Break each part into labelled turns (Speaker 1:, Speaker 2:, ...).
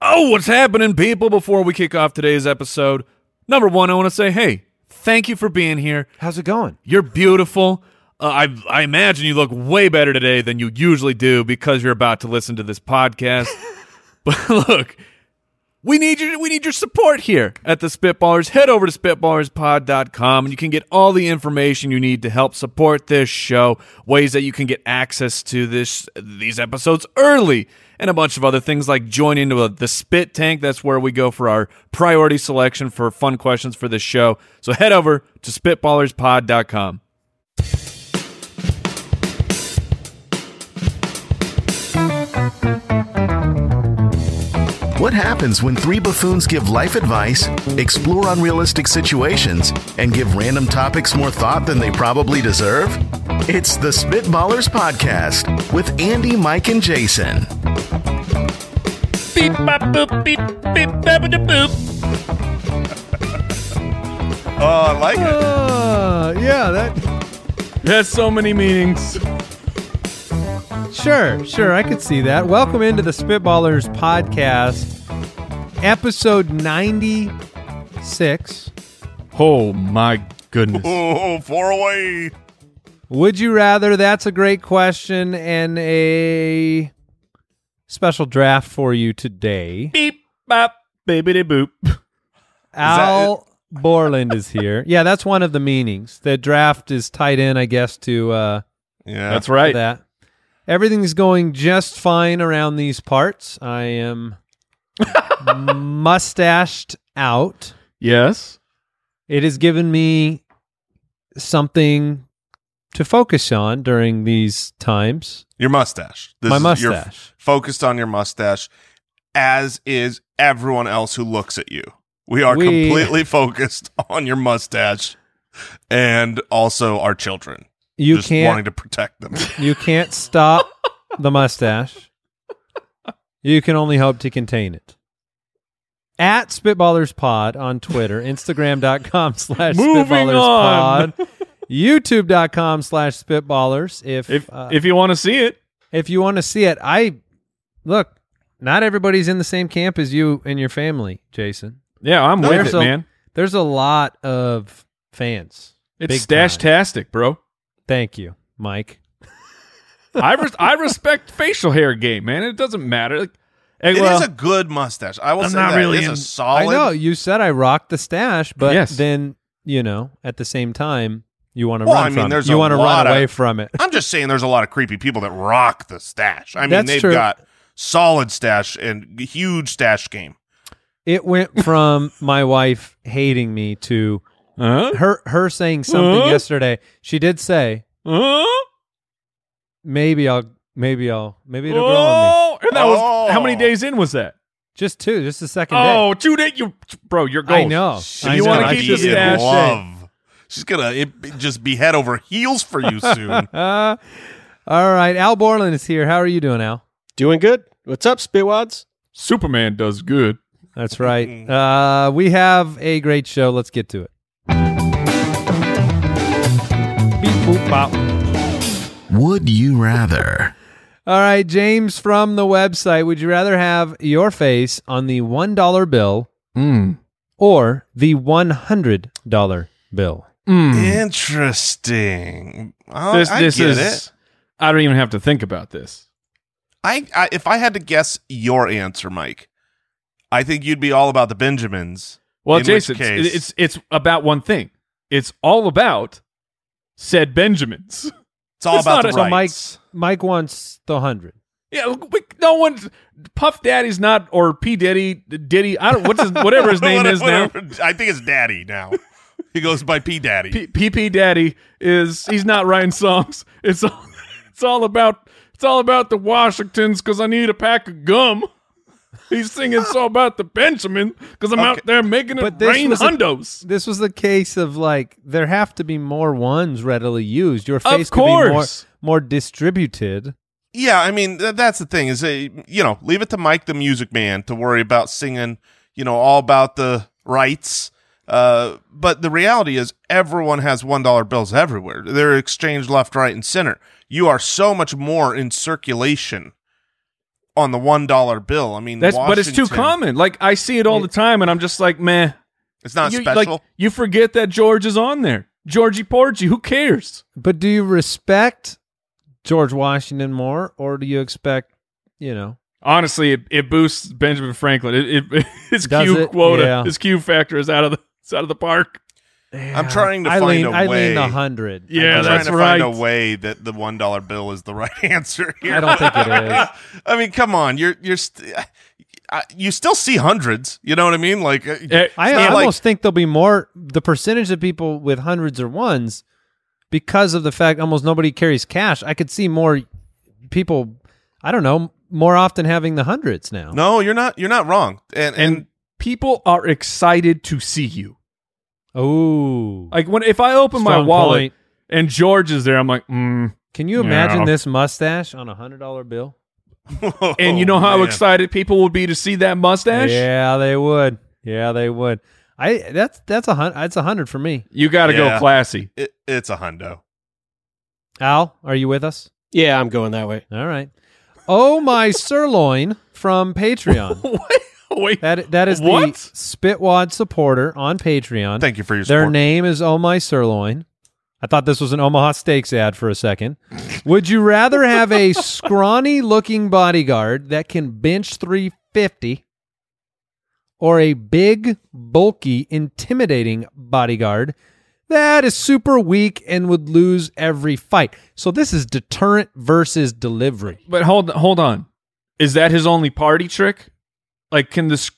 Speaker 1: Oh, what's happening, people? Before we kick off today's episode, number one, I want to say, hey, thank you for being here.
Speaker 2: How's it going?
Speaker 1: You're beautiful. Uh, I I imagine you look way better today than you usually do because you're about to listen to this podcast. but look, we need your we need your support here at the Spitballers. Head over to spitballerspod.com and you can get all the information you need to help support this show, ways that you can get access to this these episodes early, and a bunch of other things like join into a, the Spit Tank. That's where we go for our priority selection for fun questions for this show. So head over to spitballerspod.com.
Speaker 3: What happens when three buffoons give life advice, explore unrealistic situations, and give random topics more thought than they probably deserve? It's the Spitballers Podcast with Andy, Mike, and Jason.
Speaker 1: Beep, bop, boop, beep, beep, bap, da, boop.
Speaker 4: Oh, I like it.
Speaker 2: Uh, yeah, that.
Speaker 1: It has so many meanings.
Speaker 2: Sure, sure, I could see that. Welcome into the Spitballers podcast, episode 96.
Speaker 5: Oh my goodness.
Speaker 4: Oh, far away.
Speaker 2: Would you rather? That's a great question and a special draft for you today.
Speaker 1: Beep, bop, baby, de boop.
Speaker 2: Al Borland is here. Yeah, that's one of the meanings. The draft is tied in, I guess, to uh,
Speaker 4: Yeah.
Speaker 1: That's right.
Speaker 2: that. Everything's going just fine around these parts. I am mustached out.
Speaker 5: Yes.
Speaker 2: It has given me something to focus on during these times.
Speaker 4: Your mustache. This
Speaker 2: My
Speaker 4: is- you're f-
Speaker 2: mustache.
Speaker 4: focused on your mustache, as is everyone else who looks at you. We are
Speaker 2: We-
Speaker 4: completely focused on your mustache and also our children.
Speaker 2: You
Speaker 4: just wanting
Speaker 2: can't
Speaker 4: to protect them.
Speaker 2: you can't stop the mustache. You can only hope to contain it. At Spitballers Pod on Twitter, Instagram.com slash
Speaker 5: Moving
Speaker 2: Spitballers Pod, YouTube.com slash Spitballers. If
Speaker 5: If
Speaker 2: uh,
Speaker 5: if you want to see it,
Speaker 2: if you want to see it, I look. Not everybody's in the same camp as you and your family, Jason.
Speaker 5: yeah, I'm with
Speaker 2: There's
Speaker 5: it,
Speaker 2: a-
Speaker 5: man.
Speaker 2: There's a lot of fans.
Speaker 5: It's
Speaker 2: big time.
Speaker 5: stash-tastic, bro.
Speaker 2: Thank you, Mike.
Speaker 5: I res- I respect facial hair game, man. It doesn't matter. Like, eh,
Speaker 4: It is
Speaker 5: well,
Speaker 4: a good mustache. I will
Speaker 5: I'm
Speaker 4: say
Speaker 5: not
Speaker 4: that.
Speaker 5: really
Speaker 4: it's
Speaker 5: in-
Speaker 4: a solid.
Speaker 2: I know you said I rocked the stash, but
Speaker 5: Yes.
Speaker 2: then you know at the same time you want to
Speaker 4: Well,
Speaker 2: run
Speaker 4: I mean,
Speaker 2: from
Speaker 4: there's
Speaker 2: it. You
Speaker 4: a
Speaker 2: want to
Speaker 4: lot
Speaker 2: run
Speaker 4: of-
Speaker 2: away from it.
Speaker 4: I'm just saying there's a lot of creepy people that rock the stash. I mean,
Speaker 2: That's
Speaker 4: they've
Speaker 2: true.
Speaker 4: got solid stash and huge stash game.
Speaker 2: It went from my wife hating me to
Speaker 5: huh?
Speaker 2: her her saying something
Speaker 5: Huh?
Speaker 2: yesterday. She did say
Speaker 5: Huh?
Speaker 2: maybe I'll maybe I'll maybe it'll grow on me.
Speaker 5: Oh, and that was how many
Speaker 4: Oh.
Speaker 5: days in was that?
Speaker 2: Just two, just the second day.
Speaker 5: Oh, two days. You, bro, you're goals.
Speaker 2: I know.
Speaker 5: If
Speaker 2: I
Speaker 5: you
Speaker 2: know.
Speaker 5: wanna
Speaker 4: She's
Speaker 5: keep
Speaker 4: gonna
Speaker 5: the
Speaker 4: be in
Speaker 5: stash
Speaker 4: love. She's gonna it, it just be head over heels for you soon.
Speaker 2: Uh, all right, Al Borland is here. How are you doing, Al?
Speaker 6: Doing good. What's up, Spitwads?
Speaker 5: Superman does good.
Speaker 2: That's
Speaker 5: Mm-hmm.
Speaker 2: right. Uh, we have a great show. Let's get to it. Beep, boop, bop.
Speaker 3: Would you rather?
Speaker 2: All right, James from the website. Would you rather have your face on the one dollar bill
Speaker 5: Mm.
Speaker 2: or the one hundred dollar bill?
Speaker 5: Mm.
Speaker 4: Interesting. Oh,
Speaker 5: this
Speaker 4: I
Speaker 5: this
Speaker 4: get
Speaker 5: is.
Speaker 4: it.
Speaker 5: I don't even have to think about this.
Speaker 4: I, I if I had to guess your answer, Mike, I think you'd be all about the Benjamins.
Speaker 5: Well,
Speaker 4: In which
Speaker 5: Jason, it's,
Speaker 4: case-
Speaker 5: it's it's about one thing. It's all about said Benjamins.
Speaker 4: It's all
Speaker 5: It's
Speaker 4: about
Speaker 5: not
Speaker 4: the
Speaker 5: a- so
Speaker 4: rights.
Speaker 2: Mike, Mike wants the hundred.
Speaker 5: Yeah, look, we, no one's Puff Daddy's not or P Diddy Diddy. I don't what's his, whatever his name is now.
Speaker 4: Whatever- I think it's Daddy now. he goes by P Daddy.
Speaker 5: P P P Daddy is he's not writing songs. It's all it's all about it's all about the Washingtons because I need a pack of gum.
Speaker 1: He's singing so about the Benjamin because I'm out
Speaker 4: Okay.
Speaker 1: there making
Speaker 2: But
Speaker 1: it
Speaker 2: this
Speaker 1: rain
Speaker 2: was a-
Speaker 1: hundos.
Speaker 2: This was the case of like there have to be more ones readily used. Your
Speaker 1: Of
Speaker 2: face could be more,
Speaker 1: course.
Speaker 2: more distributed.
Speaker 4: Yeah, I mean th- that's the thing is uh, you know leave it to Mike the Music Man to worry about singing you know all about the rights. Uh, but the reality is everyone has one dollar bills everywhere. They're exchanged left, right, and center. You are so much more in circulation on the one dollar bill. I mean,
Speaker 1: That's but it's too
Speaker 4: Washington-
Speaker 1: common. Like I see it all the time, and I'm just like, man,
Speaker 4: It's not
Speaker 1: you,
Speaker 4: special.
Speaker 1: like you forget that George is on there. Georgie Porgy, who cares?
Speaker 2: But do you respect George Washington more, or do you expect you know?
Speaker 1: Honestly, it, it boosts Benjamin Franklin. It, it his
Speaker 2: Does
Speaker 1: Q
Speaker 2: it?
Speaker 1: quota,
Speaker 2: Yeah.
Speaker 1: his Q factor is out of the it's out of the park.
Speaker 4: I'm trying to
Speaker 2: I
Speaker 4: find
Speaker 2: lean,
Speaker 4: a
Speaker 2: I
Speaker 4: way.
Speaker 2: lean the hundred.
Speaker 1: Yeah,
Speaker 4: I'm
Speaker 1: that's
Speaker 4: trying to
Speaker 1: right.
Speaker 4: find a way that the one dollar bill is the right answer here.
Speaker 2: I don't think it is.
Speaker 4: I mean, come on, you're you're st- I, you still see hundreds. You know what I mean? Like, uh,
Speaker 1: Eh,
Speaker 2: I
Speaker 4: Yeah,
Speaker 2: almost
Speaker 4: like-
Speaker 2: think there'll be more the percentage of people with hundreds or ones because of the fact almost nobody carries cash. I could see more people I don't know, more often having the hundreds now.
Speaker 4: no, you're not you're not wrong. And and,
Speaker 1: and people are excited to see you.
Speaker 2: Oh.
Speaker 1: Like when if I open my
Speaker 2: Strong
Speaker 1: wallet
Speaker 2: point.
Speaker 1: and George is there, I'm like, mm.
Speaker 2: Can you
Speaker 1: Yeah.
Speaker 2: imagine this mustache on a hundred dollar bill?
Speaker 1: and you know how
Speaker 4: Oh, man.
Speaker 1: excited people would be to see that mustache.
Speaker 2: Yeah, they would. Yeah, they would. I that's that's a hundred that's a hundred for me.
Speaker 1: You got to
Speaker 4: Yeah.
Speaker 1: go classy.
Speaker 4: It, it's a hundo.
Speaker 2: Al, are you with us?
Speaker 7: Yeah, I'm going that way.
Speaker 2: All right. Oh my sirloin from Patreon.
Speaker 1: Wait, wait.
Speaker 2: That that is
Speaker 1: What?
Speaker 2: the Spitwad supporter on Patreon.
Speaker 4: Thank you for your
Speaker 2: Their
Speaker 4: support.
Speaker 2: name is Oh My Sirloin. I thought this was an Omaha Steaks ad for a second. Would you rather have a scrawny looking bodyguard that can bench 350 or a big, bulky, intimidating bodyguard that is super weak and would lose every fight? So this is deterrent versus delivery.
Speaker 1: But hold hold on. Is that his only party trick? Like can this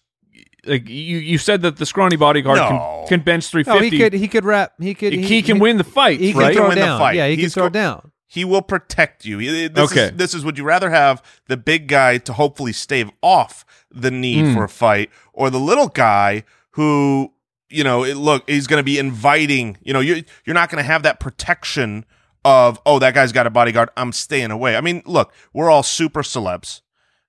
Speaker 1: like you you said that the scrawny bodyguard
Speaker 4: No.
Speaker 1: can, can bench
Speaker 2: No, Oh, he
Speaker 1: 350.
Speaker 2: could he could wrap he could
Speaker 1: he, can win the fight,
Speaker 2: he can
Speaker 1: right?
Speaker 2: throw
Speaker 4: Win the
Speaker 2: down.
Speaker 4: fight.
Speaker 2: Yeah, he
Speaker 4: He's
Speaker 2: can throw
Speaker 4: go-
Speaker 2: down.
Speaker 4: He will protect you. Eh, This
Speaker 1: Okay.
Speaker 4: Is, this is would you rather have the big guy to hopefully stave off the need
Speaker 2: Hmm.
Speaker 4: for a fight, or the little guy who you know it, look he's going to be inviting. You know you you're not going to have that protection of oh that guy's got a bodyguard. I'm staying away. I mean look we're all super celebs,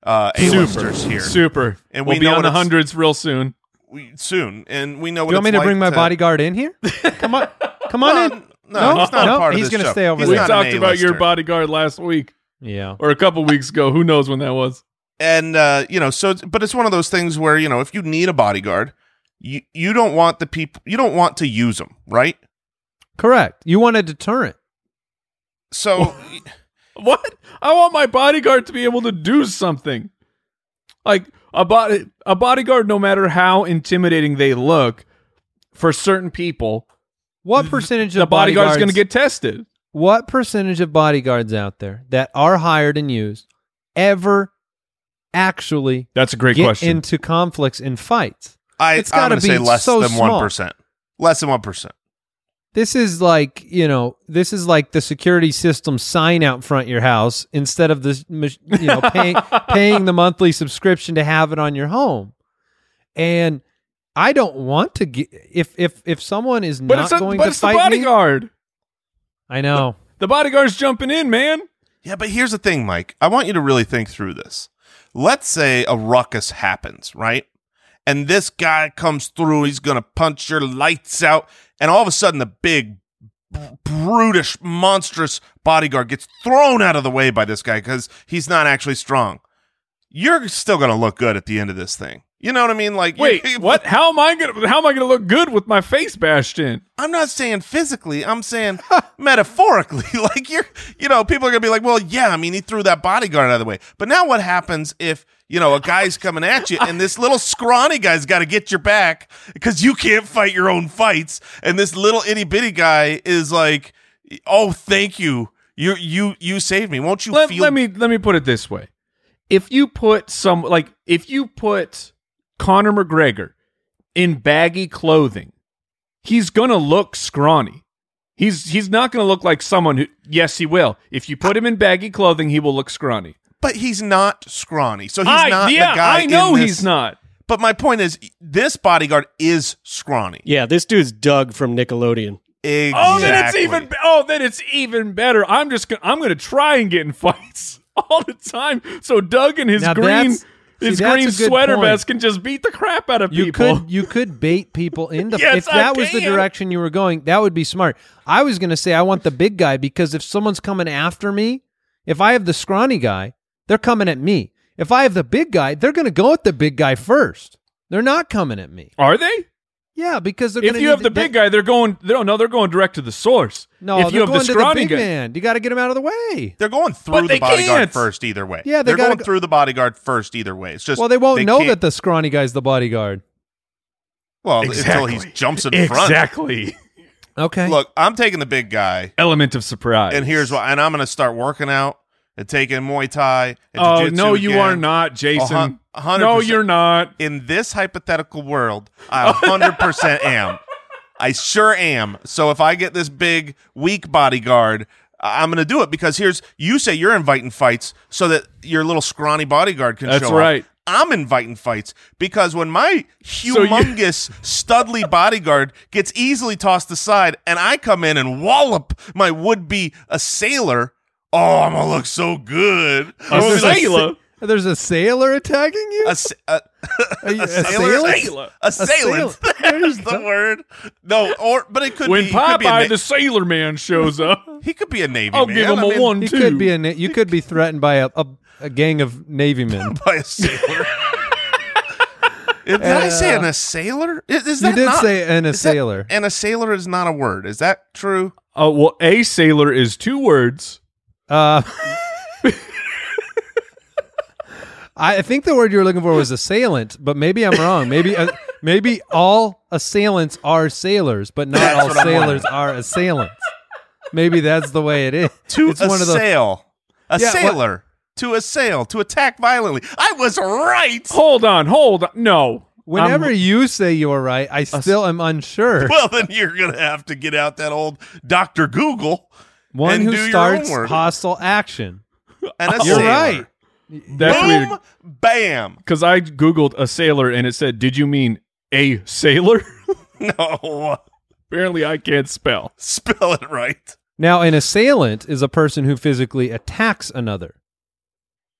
Speaker 4: uh, A-listers here
Speaker 1: Super.
Speaker 4: And
Speaker 1: we'll
Speaker 4: we
Speaker 1: be
Speaker 4: know
Speaker 1: on
Speaker 4: what
Speaker 1: the
Speaker 4: it's-
Speaker 1: hundreds real soon.
Speaker 4: we, soon, and we know what
Speaker 2: You want me
Speaker 4: it's
Speaker 2: to
Speaker 4: like
Speaker 2: bring my bodyguard in here? Come on, come on in.
Speaker 4: No,
Speaker 2: No,
Speaker 4: he's not
Speaker 2: no,
Speaker 4: a part
Speaker 2: he's
Speaker 4: of this
Speaker 2: gonna
Speaker 4: show.
Speaker 2: stay over
Speaker 4: He's
Speaker 2: there.
Speaker 1: we
Speaker 4: not an
Speaker 1: talked about your
Speaker 4: A-lister.
Speaker 1: bodyguard last week
Speaker 2: Yeah.
Speaker 1: or a couple weeks ago. Who knows when that was?
Speaker 4: and uh, you know, so it's- but it's one of those things where you know, if you need a bodyguard, you you don't want the people, you don't want to use them, right?
Speaker 2: Correct. You want a deterrent.
Speaker 4: So
Speaker 1: What? I want my bodyguard to be able to do something. Like a body, a bodyguard, no matter how intimidating they look, for certain people,
Speaker 2: What percentage
Speaker 1: the
Speaker 2: of
Speaker 1: bodyguard's
Speaker 2: bodyguards
Speaker 1: going to get tested.
Speaker 2: What percentage of bodyguards out there that are hired and used ever actually
Speaker 1: That's a great
Speaker 2: get into conflicts and fights?
Speaker 4: I,
Speaker 2: It's
Speaker 4: I'm
Speaker 2: gotta
Speaker 4: going to say
Speaker 2: be
Speaker 4: less
Speaker 2: so
Speaker 4: than
Speaker 2: small.
Speaker 4: one percent, less than one percent.
Speaker 2: This is like you know, this is like the security system sign out front your house instead of the mach- you know paying paying the monthly subscription to have it on your home, and. I don't want to get if if if someone is
Speaker 1: but
Speaker 2: not
Speaker 1: it's, a,
Speaker 2: going
Speaker 1: but
Speaker 2: to
Speaker 1: it's the
Speaker 2: fight me-
Speaker 1: bodyguard.
Speaker 2: I know.
Speaker 1: The bodyguard's jumping in, man.
Speaker 4: Yeah, but here's the thing, Mike. I want you to really think through this. Let's say a ruckus happens, right? And this guy comes through, he's going to punch your lights out, and all of a sudden the big br- brutish monstrous bodyguard gets thrown out of the way by this guy cuz he's not actually strong. You're still going to look good at the end of this thing. You know what I mean? Like you-
Speaker 1: Wait, what? How am I going to? How am I going to look good with my face bashed in?
Speaker 4: I'm not saying physically. I'm saying metaphorically. like you're, you know, people are gonna be like, well, yeah. I mean, he threw that bodyguard out of the way. But now what happens if you know a guy's coming at you and this little scrawny guy's got to get your back because you can't fight your own fights, and this little itty bitty guy is like, oh, thank you, you you you saved me. Won't you
Speaker 1: let,
Speaker 4: feel?
Speaker 1: let me let me put it this way if you put some like if you put conor mcgregor in baggy clothing he's gonna look scrawny he's he's not gonna look like someone who yes he will if you put him in baggy clothing he will look scrawny
Speaker 4: But he's not scrawny, so he's
Speaker 5: I,
Speaker 4: not
Speaker 5: yeah,
Speaker 4: the guy.
Speaker 5: I know
Speaker 4: in this-
Speaker 5: he's not.
Speaker 4: But my point is, this bodyguard is scrawny.
Speaker 7: Yeah, this dude's Doug from Nickelodeon.
Speaker 4: Exactly.
Speaker 5: Oh, then it's even. be- Oh, then it's even better. I'm just. Gonna, I'm going to try and get in fights all the time. So Doug and his
Speaker 2: Now
Speaker 5: green,
Speaker 2: that's- see,
Speaker 5: his
Speaker 2: that's
Speaker 5: green
Speaker 2: a good
Speaker 5: sweater
Speaker 2: point.
Speaker 5: vest can just beat the crap out of
Speaker 2: You
Speaker 5: people.
Speaker 2: could you could bait people into
Speaker 5: Yes,
Speaker 2: if
Speaker 5: I
Speaker 2: that was the
Speaker 5: can.
Speaker 2: direction you were going, that would be smart. I was going to say I want the big guy because if someone's coming after me, if I have the scrawny guy, they're coming at me. If I have the big guy, they're going to go at the big guy first. They're not coming at me.
Speaker 5: Are they?
Speaker 2: Yeah, because they're.
Speaker 5: If
Speaker 2: gonna
Speaker 5: you
Speaker 2: need
Speaker 5: have
Speaker 2: to-
Speaker 5: the big guy, they're going. They don't. No, they're going direct to the source.
Speaker 2: no,
Speaker 5: if you
Speaker 2: they're
Speaker 5: have
Speaker 2: going
Speaker 5: the
Speaker 2: to the
Speaker 5: scrawny
Speaker 2: big
Speaker 5: guy,
Speaker 2: man. You got to get him out of the way.
Speaker 4: They're going
Speaker 5: But
Speaker 4: through
Speaker 5: they
Speaker 4: the bodyguard
Speaker 5: can't.
Speaker 4: first either way.
Speaker 2: Yeah, they
Speaker 4: are
Speaker 2: gotta
Speaker 4: going
Speaker 2: go-
Speaker 4: through the bodyguard first either way. It's just
Speaker 2: Well, they won't
Speaker 4: they
Speaker 2: know
Speaker 4: can't-
Speaker 2: that the scrawny guy's the bodyguard.
Speaker 4: well until
Speaker 5: Exactly.
Speaker 4: he jumps in front.
Speaker 5: exactly.
Speaker 2: Okay.
Speaker 4: Look, I'm taking the big guy,
Speaker 5: Element of surprise.
Speaker 4: and here's why. And I'm going to start working out and taking Muay Thai. And
Speaker 5: Oh
Speaker 4: jujitsu
Speaker 5: no, you
Speaker 4: again.
Speaker 5: are not,
Speaker 4: A
Speaker 5: Jason.
Speaker 4: hun- a hundred
Speaker 5: No,
Speaker 4: percent.
Speaker 5: you're not.
Speaker 4: In this hypothetical world, I 100% am. I sure am. So if I get this big, weak bodyguard, I- I'm going to do it because here's you say you're inviting fights so that your little scrawny bodyguard can
Speaker 5: That's
Speaker 4: show up.
Speaker 5: right.
Speaker 4: I'm inviting fights because when my
Speaker 5: you-
Speaker 4: humongous, studly bodyguard gets easily tossed aside and I come in and wallop my would be assailer, oh, I'm going to look so good. I'm gonna be like,
Speaker 5: Sailor.
Speaker 2: There's a sailor attacking you.
Speaker 4: ass- a-
Speaker 2: Are you-
Speaker 4: assailant?
Speaker 5: Assailant.
Speaker 4: Assailant. There's the word. No, or but it could
Speaker 5: When
Speaker 4: be. he could be a
Speaker 5: Popeye
Speaker 4: na-
Speaker 5: the Sailor Man shows up,
Speaker 4: he could be a navy.
Speaker 5: I'll
Speaker 4: man.
Speaker 5: give him
Speaker 4: I
Speaker 5: a
Speaker 4: mean,
Speaker 5: one
Speaker 2: You
Speaker 5: two.
Speaker 2: could be a na- you could be threatened by a, a, a gang of navy men.
Speaker 4: by a sailor. Did I say an assailer? Is, is
Speaker 2: Uh,
Speaker 4: that
Speaker 2: You did
Speaker 4: not-
Speaker 2: say an
Speaker 4: is that-
Speaker 2: assailer.
Speaker 4: An assailer is not a word. Is that true?
Speaker 5: Uh, well, a sailor is two words.
Speaker 2: Uh, I I think the word you were looking for was assailant, but maybe I'm wrong. Maybe uh, maybe all assailants are sailors, but not all
Speaker 4: what I'm
Speaker 2: sailors are assailants. Maybe that's the way it is.
Speaker 4: To
Speaker 2: it's one of the
Speaker 4: assail. A
Speaker 2: Yeah, what-
Speaker 4: sailor. To assail. To attack violently. I was right.
Speaker 5: Hold on, hold on. No,
Speaker 2: whenever
Speaker 5: I'm-
Speaker 2: you say you're right, I still am unsure.
Speaker 4: Well, then you're gonna have to get out that old Doctor Google
Speaker 2: One
Speaker 4: and do
Speaker 2: who
Speaker 4: your
Speaker 2: starts
Speaker 4: own word.
Speaker 2: hostile action.
Speaker 4: and a
Speaker 2: You're
Speaker 4: sailor.
Speaker 2: right.
Speaker 5: that's weird.
Speaker 4: Boom, bam.
Speaker 5: because I googled a sailor and it said, "Did you mean a sailor?"
Speaker 4: No,
Speaker 5: Apparently, I can't spell.
Speaker 4: spell it right.
Speaker 2: Now, an assailant is a person who physically attacks another.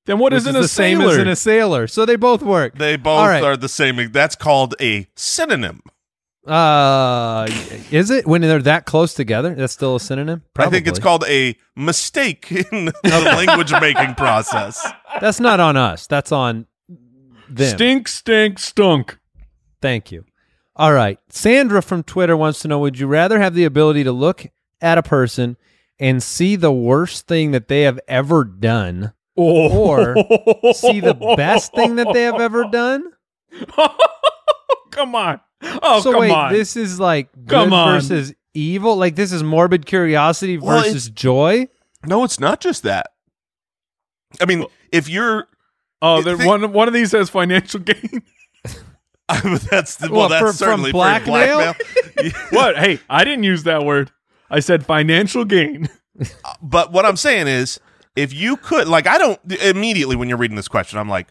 Speaker 5: Then what
Speaker 2: which
Speaker 5: is an
Speaker 2: the same
Speaker 5: assailer?
Speaker 2: as an assailer? So they both work.
Speaker 4: They both
Speaker 2: All right.
Speaker 4: are the same. That's called a synonym.
Speaker 2: Uh, is it when they're that close together? That's still a synonym. Probably.
Speaker 4: I think it's called a mistake in the language making process.
Speaker 2: That's not on us. That's on them.
Speaker 5: Stink, stink, stunk.
Speaker 2: Thank you. All right. Sandra from Twitter wants to know: Would you rather have the ability to look at a person and see the worst thing that they have ever done,
Speaker 4: Oh.
Speaker 2: or see the best thing that they have ever done?
Speaker 5: come on. Oh,
Speaker 2: so
Speaker 5: come
Speaker 2: wait,
Speaker 5: on.
Speaker 2: this is like
Speaker 5: Come
Speaker 2: good
Speaker 5: on.
Speaker 2: versus evil. Like this is morbid curiosity
Speaker 4: Well, it's-
Speaker 2: versus joy.
Speaker 4: No, it's not just that. I mean, if you're,
Speaker 5: oh,
Speaker 4: you
Speaker 5: there,
Speaker 4: think-
Speaker 5: one one of these has financial gain.
Speaker 4: that's the,
Speaker 2: Well,
Speaker 4: well,
Speaker 2: for-
Speaker 4: that's
Speaker 2: from
Speaker 4: certainly for
Speaker 2: blackmail?
Speaker 4: Yeah.
Speaker 5: what? Hey, I didn't use that word. I said financial gain.
Speaker 4: But what I'm saying is, if you could, like, I don't immediately when you're reading this question, I'm like,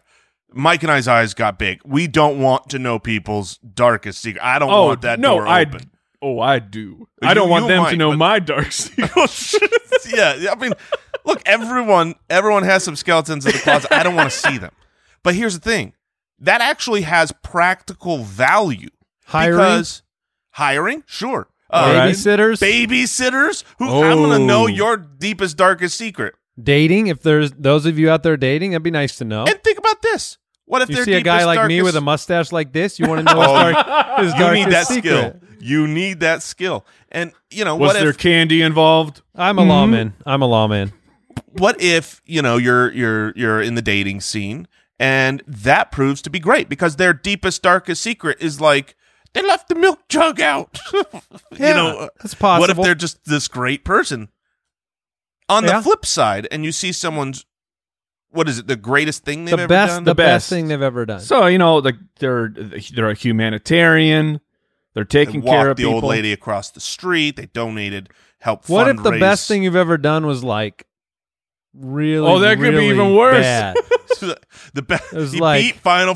Speaker 4: Mike and I's eyes got big. We don't want to know people's darkest secret. I don't
Speaker 5: Oh,
Speaker 4: want that
Speaker 5: no,
Speaker 4: door
Speaker 5: I.
Speaker 4: open.
Speaker 5: Oh, I do.
Speaker 4: You-
Speaker 5: I don't want
Speaker 4: you
Speaker 5: them to
Speaker 4: might,
Speaker 5: know
Speaker 4: but-
Speaker 5: my dark secrets.
Speaker 4: yeah, I mean, look, everyone everyone has some skeletons in the closet. I don't want to see them. But here's the thing. That actually has practical value.
Speaker 2: Hiring?
Speaker 4: Because hiring, sure.
Speaker 5: All
Speaker 4: Uh,
Speaker 5: right.
Speaker 2: Babysitters,
Speaker 4: Babysitters who I'm gonna know
Speaker 5: Oh.
Speaker 4: your deepest, darkest secret.
Speaker 2: dating. If there's those of you out there dating, that'd be nice to know.
Speaker 4: And think about this. What
Speaker 2: Oh.
Speaker 4: if
Speaker 2: you
Speaker 4: their
Speaker 2: see a guy
Speaker 4: deepest,
Speaker 2: like me
Speaker 4: darkest-
Speaker 2: with a mustache like this, you want to know his,
Speaker 4: Oh,
Speaker 2: dark, his
Speaker 4: you need
Speaker 2: darkest
Speaker 4: that
Speaker 2: secret.
Speaker 4: skill. You need that skill. And you know,
Speaker 5: Was
Speaker 4: what
Speaker 5: there
Speaker 4: if
Speaker 5: candy involved?
Speaker 2: I'm a lawman. I'm a lawman.
Speaker 4: what if you know you're you're you're in the dating scene and that proves to be great because their deepest darkest secret is like they left the milk jug out you
Speaker 2: Yeah,
Speaker 4: know uh,
Speaker 2: that's
Speaker 4: what if
Speaker 2: possible.
Speaker 4: they're just this great person on
Speaker 2: Yeah.
Speaker 4: the flip side and you see someone's what is it the greatest thing they've
Speaker 2: the
Speaker 4: ever
Speaker 2: best,
Speaker 4: done
Speaker 2: the
Speaker 5: best.
Speaker 2: best thing they've ever done.
Speaker 5: So you know, like they're they're a humanitarian. They're
Speaker 4: They
Speaker 5: taking
Speaker 4: walked
Speaker 5: care of
Speaker 4: the
Speaker 5: people.
Speaker 4: old lady across the street they donated help
Speaker 2: what if the
Speaker 4: fundraise.
Speaker 2: best thing you've ever done was like really.
Speaker 1: Oh, that could be
Speaker 2: really
Speaker 1: even worse.
Speaker 2: bad.
Speaker 4: the best.
Speaker 2: was
Speaker 4: He
Speaker 2: like-
Speaker 4: beat Final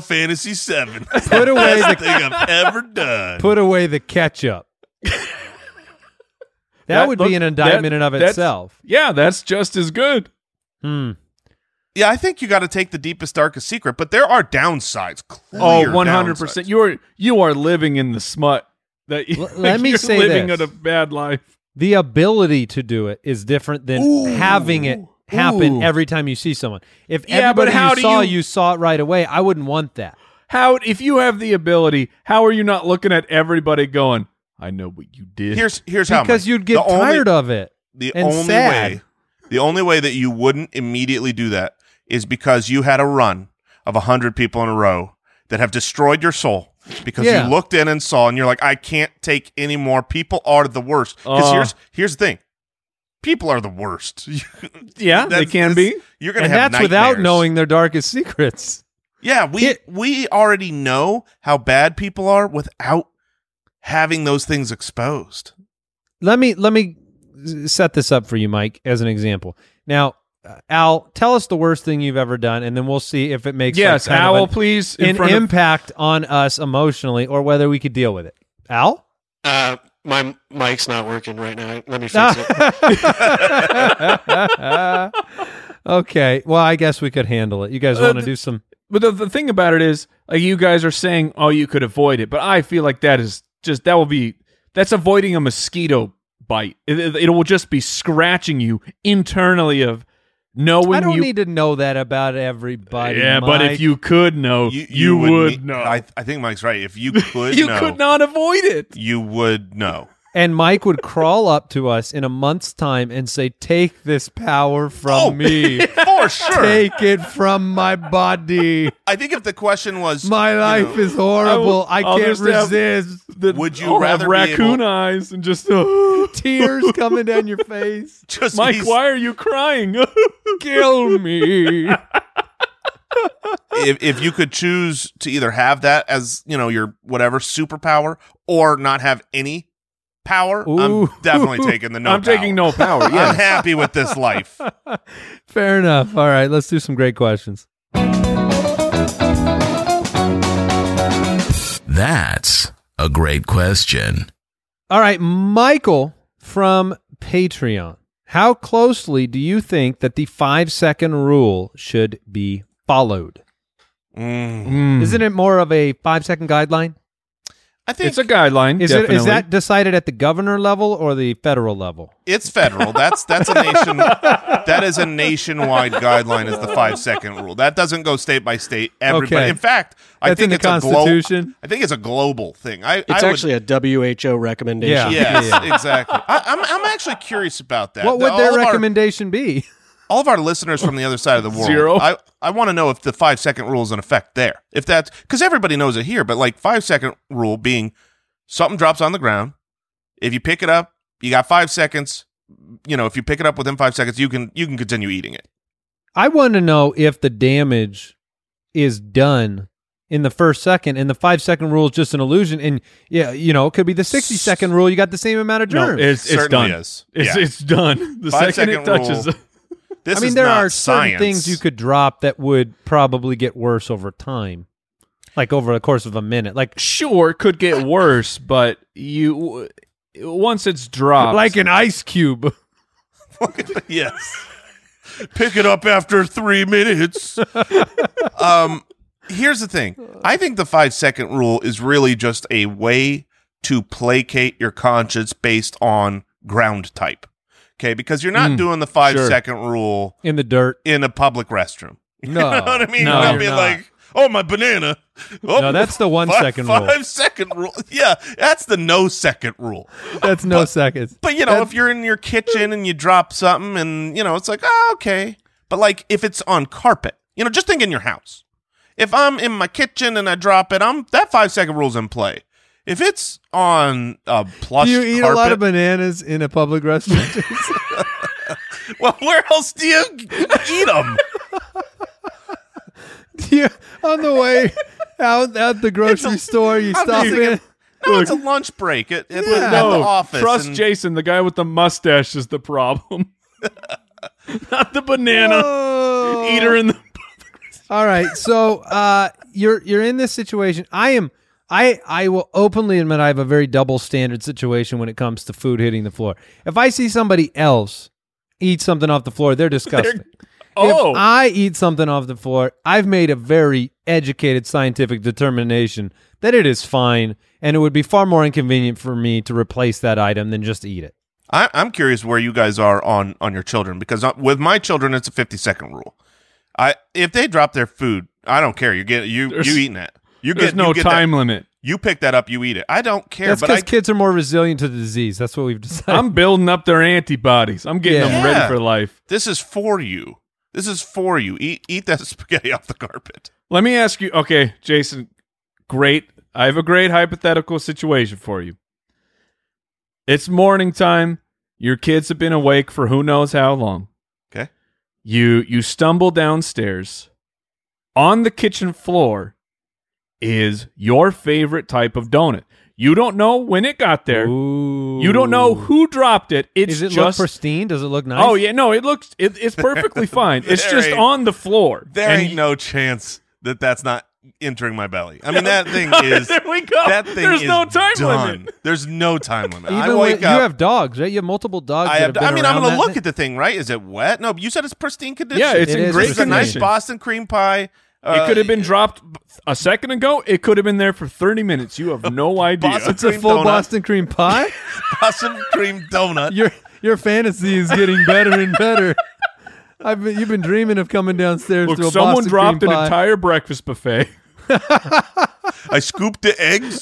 Speaker 4: Fantasy VII.
Speaker 2: Put away
Speaker 4: Best
Speaker 2: the
Speaker 4: thing I've ever done.
Speaker 2: put away the ketchup. that,
Speaker 1: That
Speaker 2: would
Speaker 1: look-
Speaker 2: be an indictment
Speaker 1: that-
Speaker 2: in of
Speaker 1: that's-
Speaker 2: itself.
Speaker 1: Yeah, that's just as good.
Speaker 2: Hmm.
Speaker 4: Yeah, I think you got to take the deepest, darkest secret, but there are downsides. Clear
Speaker 1: Oh, 100 percent.
Speaker 4: downsides.
Speaker 1: You are you are living in the smut. That you,
Speaker 2: L- let me
Speaker 1: you're
Speaker 2: say
Speaker 1: living
Speaker 2: this.
Speaker 1: in a bad life.
Speaker 2: The ability to do it is different than having it happen
Speaker 1: Ooh.
Speaker 2: every time you see someone. If
Speaker 1: Yeah, but
Speaker 2: everybody
Speaker 1: how
Speaker 2: you
Speaker 1: do
Speaker 2: saw
Speaker 1: you-
Speaker 2: you saw it right away, I wouldn't want that.
Speaker 1: How if you have the ability, how are you not looking at everybody going? I know what you did.
Speaker 4: Here's here's how
Speaker 2: Because
Speaker 4: Mike.
Speaker 2: you'd get
Speaker 4: The only-
Speaker 2: tired of it.
Speaker 4: the
Speaker 2: and
Speaker 4: only
Speaker 2: sad.
Speaker 4: way the only way that you wouldn't immediately do that is because you had a run of 100 people in a row that have destroyed your soul because
Speaker 2: Yeah.
Speaker 4: you looked in and saw and you're like I can't take any more people are the worst cuz
Speaker 1: Uh.
Speaker 4: here's here's the thing people are the worst
Speaker 1: yeah, they
Speaker 4: That's-
Speaker 1: can
Speaker 4: this-
Speaker 1: be.
Speaker 4: you're going to
Speaker 2: And
Speaker 4: have
Speaker 2: that's without
Speaker 4: nightmares.
Speaker 2: knowing their darkest secrets.
Speaker 4: yeah we
Speaker 2: It-
Speaker 4: we already know how bad people are without having those things exposed
Speaker 2: Let me let me s- set this up for you, Mike, as an example. Now, uh, Al, tell us the worst thing you've ever done, and then we'll see if it makes like,
Speaker 1: Yes,
Speaker 2: kind of
Speaker 1: owl,
Speaker 2: an-
Speaker 1: please. In
Speaker 2: an
Speaker 1: front of-
Speaker 2: impact on us emotionally or whether we could deal with it. Al?
Speaker 7: Uh, my mic's not working right now. Let me fix it.
Speaker 2: okay. Well, I guess we could handle it. You guys
Speaker 1: Uh,
Speaker 2: want to
Speaker 1: th-
Speaker 2: do some.
Speaker 1: but the, the thing about it is, like, you guys are saying, oh, you could avoid it, but I feel like that is just that will be that's avoiding a mosquito bite. It, it, it will just be scratching you internally of knowing
Speaker 2: I don't
Speaker 1: you.
Speaker 2: need to know that about everybody.
Speaker 1: yeah, but
Speaker 2: Mike.
Speaker 1: if you could know, you, would,
Speaker 4: need-
Speaker 1: know.
Speaker 4: I, I think Mike's right if you could
Speaker 1: you
Speaker 4: know,
Speaker 1: could not avoid it.
Speaker 4: you would know
Speaker 2: And Mike would crawl up to us in a month's time and say, Take this power from
Speaker 4: Oh,
Speaker 2: me.
Speaker 4: for sure.
Speaker 2: Take it from my body.
Speaker 4: I think if the question was
Speaker 2: My
Speaker 4: you
Speaker 2: life
Speaker 4: know,
Speaker 2: is horrible. I,
Speaker 1: I'll
Speaker 2: can't
Speaker 1: just have-
Speaker 2: resist.
Speaker 1: The-
Speaker 4: Would you
Speaker 1: I'll have
Speaker 4: rather be
Speaker 1: raccoon
Speaker 4: able-
Speaker 1: eyes and just uh,
Speaker 2: Tears coming down your face.
Speaker 4: just
Speaker 1: Mike?
Speaker 4: be-
Speaker 1: Why are you crying?
Speaker 2: Kill me.
Speaker 4: if, if you could choose to either have that as you know your whatever superpower or not have any power,
Speaker 2: Ooh.
Speaker 4: I'm definitely taking the no.
Speaker 1: I'm taking
Speaker 4: power.
Speaker 1: no power.
Speaker 4: I'm happy with this life.
Speaker 2: Fair enough. All right, let's do some great questions.
Speaker 3: That's a great question.
Speaker 2: All right, Michael from Patreon. How closely do you think that the five second rule should be followed?
Speaker 4: Mm.
Speaker 2: Isn't it more of a five second guideline?
Speaker 4: I think
Speaker 1: It's
Speaker 4: it's,
Speaker 1: a guideline.
Speaker 2: Is, it,
Speaker 1: definitely.
Speaker 2: is that decided at the governor level or the federal level?
Speaker 4: federal. That's that's a nation. that is a nationwide guideline. Is the five second rule that doesn't go state by state. Everybody.
Speaker 2: Okay.
Speaker 4: In fact, I
Speaker 2: That's
Speaker 4: think
Speaker 2: in the
Speaker 4: it's a glo-
Speaker 2: Constitution.
Speaker 4: I think it's a global thing. I
Speaker 7: It's
Speaker 4: I would-
Speaker 7: actually a WHO recommendation.
Speaker 2: Yeah.
Speaker 4: Yes, exactly. I, I'm, I'm actually curious about that.
Speaker 2: What would
Speaker 4: Uh, All
Speaker 2: their
Speaker 4: of our-
Speaker 2: recommendation be?
Speaker 4: all of our listeners from the other side of the world.
Speaker 1: Zero.
Speaker 4: I, I want to know if the five second rule is in effect there. If that's because everybody knows it here, but like five second rule being something drops on the ground. If you pick it up, you got five seconds. You know, if you pick it up within five seconds, you can you can continue eating it.
Speaker 2: I want to know if the damage is done in the first second and the five second rule is just an illusion. And yeah, you know, it could be the 60 second rule. You got the same amount of
Speaker 1: No,
Speaker 2: germs.
Speaker 1: it's, it's
Speaker 4: Certainly
Speaker 1: done.
Speaker 4: is.
Speaker 1: It's,
Speaker 4: Yeah.
Speaker 1: it's done. The
Speaker 4: Five
Speaker 1: second it
Speaker 4: second rule.
Speaker 1: touches.
Speaker 4: This
Speaker 2: I mean,
Speaker 4: is
Speaker 2: there
Speaker 4: not
Speaker 2: are certain
Speaker 4: science.
Speaker 2: things you could drop that would probably get worse over time, like over the course of a minute. Like,
Speaker 1: sure could get worse, but you once it's dropped,
Speaker 2: like an ice cube.
Speaker 4: yes. Pick it up after three minutes. um, here's the thing. I think the five second rule is really just a way to placate your conscience based on ground type. Okay, because you're not
Speaker 1: Mm,
Speaker 4: doing the five
Speaker 1: sure.
Speaker 4: second rule
Speaker 2: In the dirt.
Speaker 4: in a public restroom.
Speaker 2: No,
Speaker 4: you know what I mean?
Speaker 2: no,
Speaker 4: you're not
Speaker 2: you're
Speaker 4: being
Speaker 2: not.
Speaker 4: like, oh my banana. Oh,
Speaker 2: No, that's the one
Speaker 4: five-
Speaker 2: second rule.
Speaker 4: Five second rule. Yeah, that's the no second rule.
Speaker 2: That's no seconds.
Speaker 4: But you know, if you're in your kitchen and you drop something, and you know, it's like, oh, okay. But like, if it's on carpet, you know, just think in your house. If I'm in my kitchen and I drop it, I'm that five second rule's in play. If it's on a plush
Speaker 2: Do you eat
Speaker 4: carpet,
Speaker 2: a lot of bananas in a public restaurant?
Speaker 4: well, where else do you eat them?
Speaker 2: Do you, on the way out at the grocery store, you
Speaker 4: I'm
Speaker 2: stop
Speaker 4: just thinking-
Speaker 2: in.
Speaker 4: No, it's a lunch break at, at,
Speaker 2: Yeah.
Speaker 4: at
Speaker 1: no
Speaker 4: the office.
Speaker 1: Trust
Speaker 4: and-
Speaker 1: Jason, the guy with the mustache is the problem. Not the banana. Eat her in the.
Speaker 2: All right. So uh, you're you're in this situation. I am. I I will openly admit I have a very double standard situation when it comes to food hitting the floor. If I see somebody else eat something off the floor, they're disgusting.
Speaker 1: Oh.
Speaker 2: If I eat something off the floor, I've made a very educated scientific determination that it is fine and it would be far more inconvenient for me to replace that item than just eat it.
Speaker 4: I, I'm curious where you guys are on on your children because uh, with my children it's a 50 second rule. I if they drop their food, I don't care. You get you
Speaker 1: There's-
Speaker 4: you eating it. You
Speaker 1: There's
Speaker 4: get
Speaker 1: no
Speaker 4: you get
Speaker 1: time
Speaker 4: That,
Speaker 1: limit.
Speaker 4: you pick that up. You eat it. I don't care.
Speaker 2: That's
Speaker 4: but I
Speaker 2: because kids are more resilient to the disease. That's what we've decided.
Speaker 1: I'm building up their antibodies. I'm getting
Speaker 2: Yeah.
Speaker 1: them ready
Speaker 4: Yeah.
Speaker 1: for life.
Speaker 4: this is for you. This is for you. Eat eat that spaghetti off the carpet.
Speaker 1: Let me ask you. Okay, Jason, great. I have a great hypothetical situation for you. It's morning time. Your kids have been awake for who knows how long.
Speaker 4: Okay.
Speaker 1: You you stumble downstairs. On the kitchen floor is your favorite type of donut. You don't know when it got there.
Speaker 2: Ooh.
Speaker 1: You don't know who dropped it. It's
Speaker 2: Is it
Speaker 1: just
Speaker 2: look pristine? Does it look nice?
Speaker 1: Oh yeah, no, it looks it, it's perfectly fine. It's
Speaker 4: There
Speaker 1: just
Speaker 4: ain't-
Speaker 1: on the floor.
Speaker 4: There
Speaker 1: And
Speaker 4: ain't
Speaker 1: you-
Speaker 4: no chance that that's not entering my belly. I mean that thing is
Speaker 1: there we go.
Speaker 4: that thing
Speaker 1: There's
Speaker 4: is
Speaker 1: no time
Speaker 4: done.
Speaker 1: limit.
Speaker 4: There's no time limit.
Speaker 2: Even
Speaker 4: I
Speaker 2: when-
Speaker 4: wake
Speaker 2: you
Speaker 4: up.
Speaker 2: have dogs, right? You have multiple dogs.
Speaker 4: I,
Speaker 2: that
Speaker 4: have,
Speaker 2: been
Speaker 4: I mean, I'm
Speaker 2: around
Speaker 4: gonna
Speaker 2: that
Speaker 4: look
Speaker 2: thing.
Speaker 4: at the thing, right? Is it wet? No, but you said it's pristine condition.
Speaker 1: Yeah, it's
Speaker 2: It
Speaker 1: in
Speaker 2: is
Speaker 1: great
Speaker 4: There's a nice
Speaker 1: condition.
Speaker 4: Boston cream pie. Uh,
Speaker 1: it could have been dropped a second ago. It could have been there for 30 minutes. You have no idea.
Speaker 4: Boston
Speaker 2: It's a
Speaker 4: cream
Speaker 2: full
Speaker 4: donut.
Speaker 2: Boston cream pie.
Speaker 4: Boston cream donut.
Speaker 2: your your fantasy is getting better and better. I've been, you've been dreaming of coming downstairs
Speaker 1: Look,
Speaker 2: to a
Speaker 1: someone
Speaker 2: Boston
Speaker 1: dropped
Speaker 2: cream
Speaker 1: an
Speaker 2: pie.
Speaker 1: entire breakfast buffet.
Speaker 4: I scoop the eggs,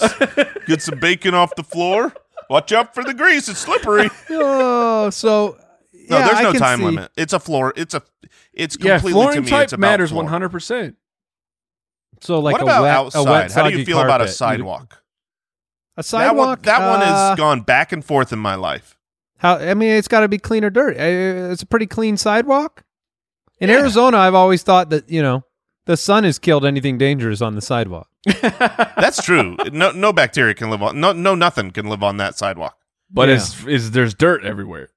Speaker 4: get some bacon off the floor. Watch out for the grease; it's slippery.
Speaker 2: Oh, so
Speaker 4: No,
Speaker 2: yeah,
Speaker 4: there's
Speaker 2: I
Speaker 4: no
Speaker 2: can
Speaker 4: time
Speaker 2: see.
Speaker 4: limit. It's a floor. It's a. It's
Speaker 1: yeah,
Speaker 4: completely to
Speaker 1: flooring
Speaker 4: me.
Speaker 1: type
Speaker 4: it's about
Speaker 1: matters
Speaker 4: floor.
Speaker 1: 100%.
Speaker 2: So like
Speaker 4: what
Speaker 2: a
Speaker 4: about
Speaker 2: wet,
Speaker 4: outside?
Speaker 2: a wet
Speaker 4: How do you
Speaker 2: soggy
Speaker 4: feel about a
Speaker 2: carpet. You-
Speaker 4: sidewalk?
Speaker 2: A sidewalk.
Speaker 4: That one, that one
Speaker 2: uh,
Speaker 4: has gone back and forth in my life.
Speaker 2: How I mean, it's got to be clean or dirty. Uh, It's a pretty clean sidewalk. In Arizona, I've always thought that you know the sun has killed anything dangerous on the sidewalk.
Speaker 4: That's true. no, no bacteria can live on. No, no, nothing can live on that sidewalk.
Speaker 1: But
Speaker 2: Yeah.
Speaker 1: it's, it's, there's dirt everywhere.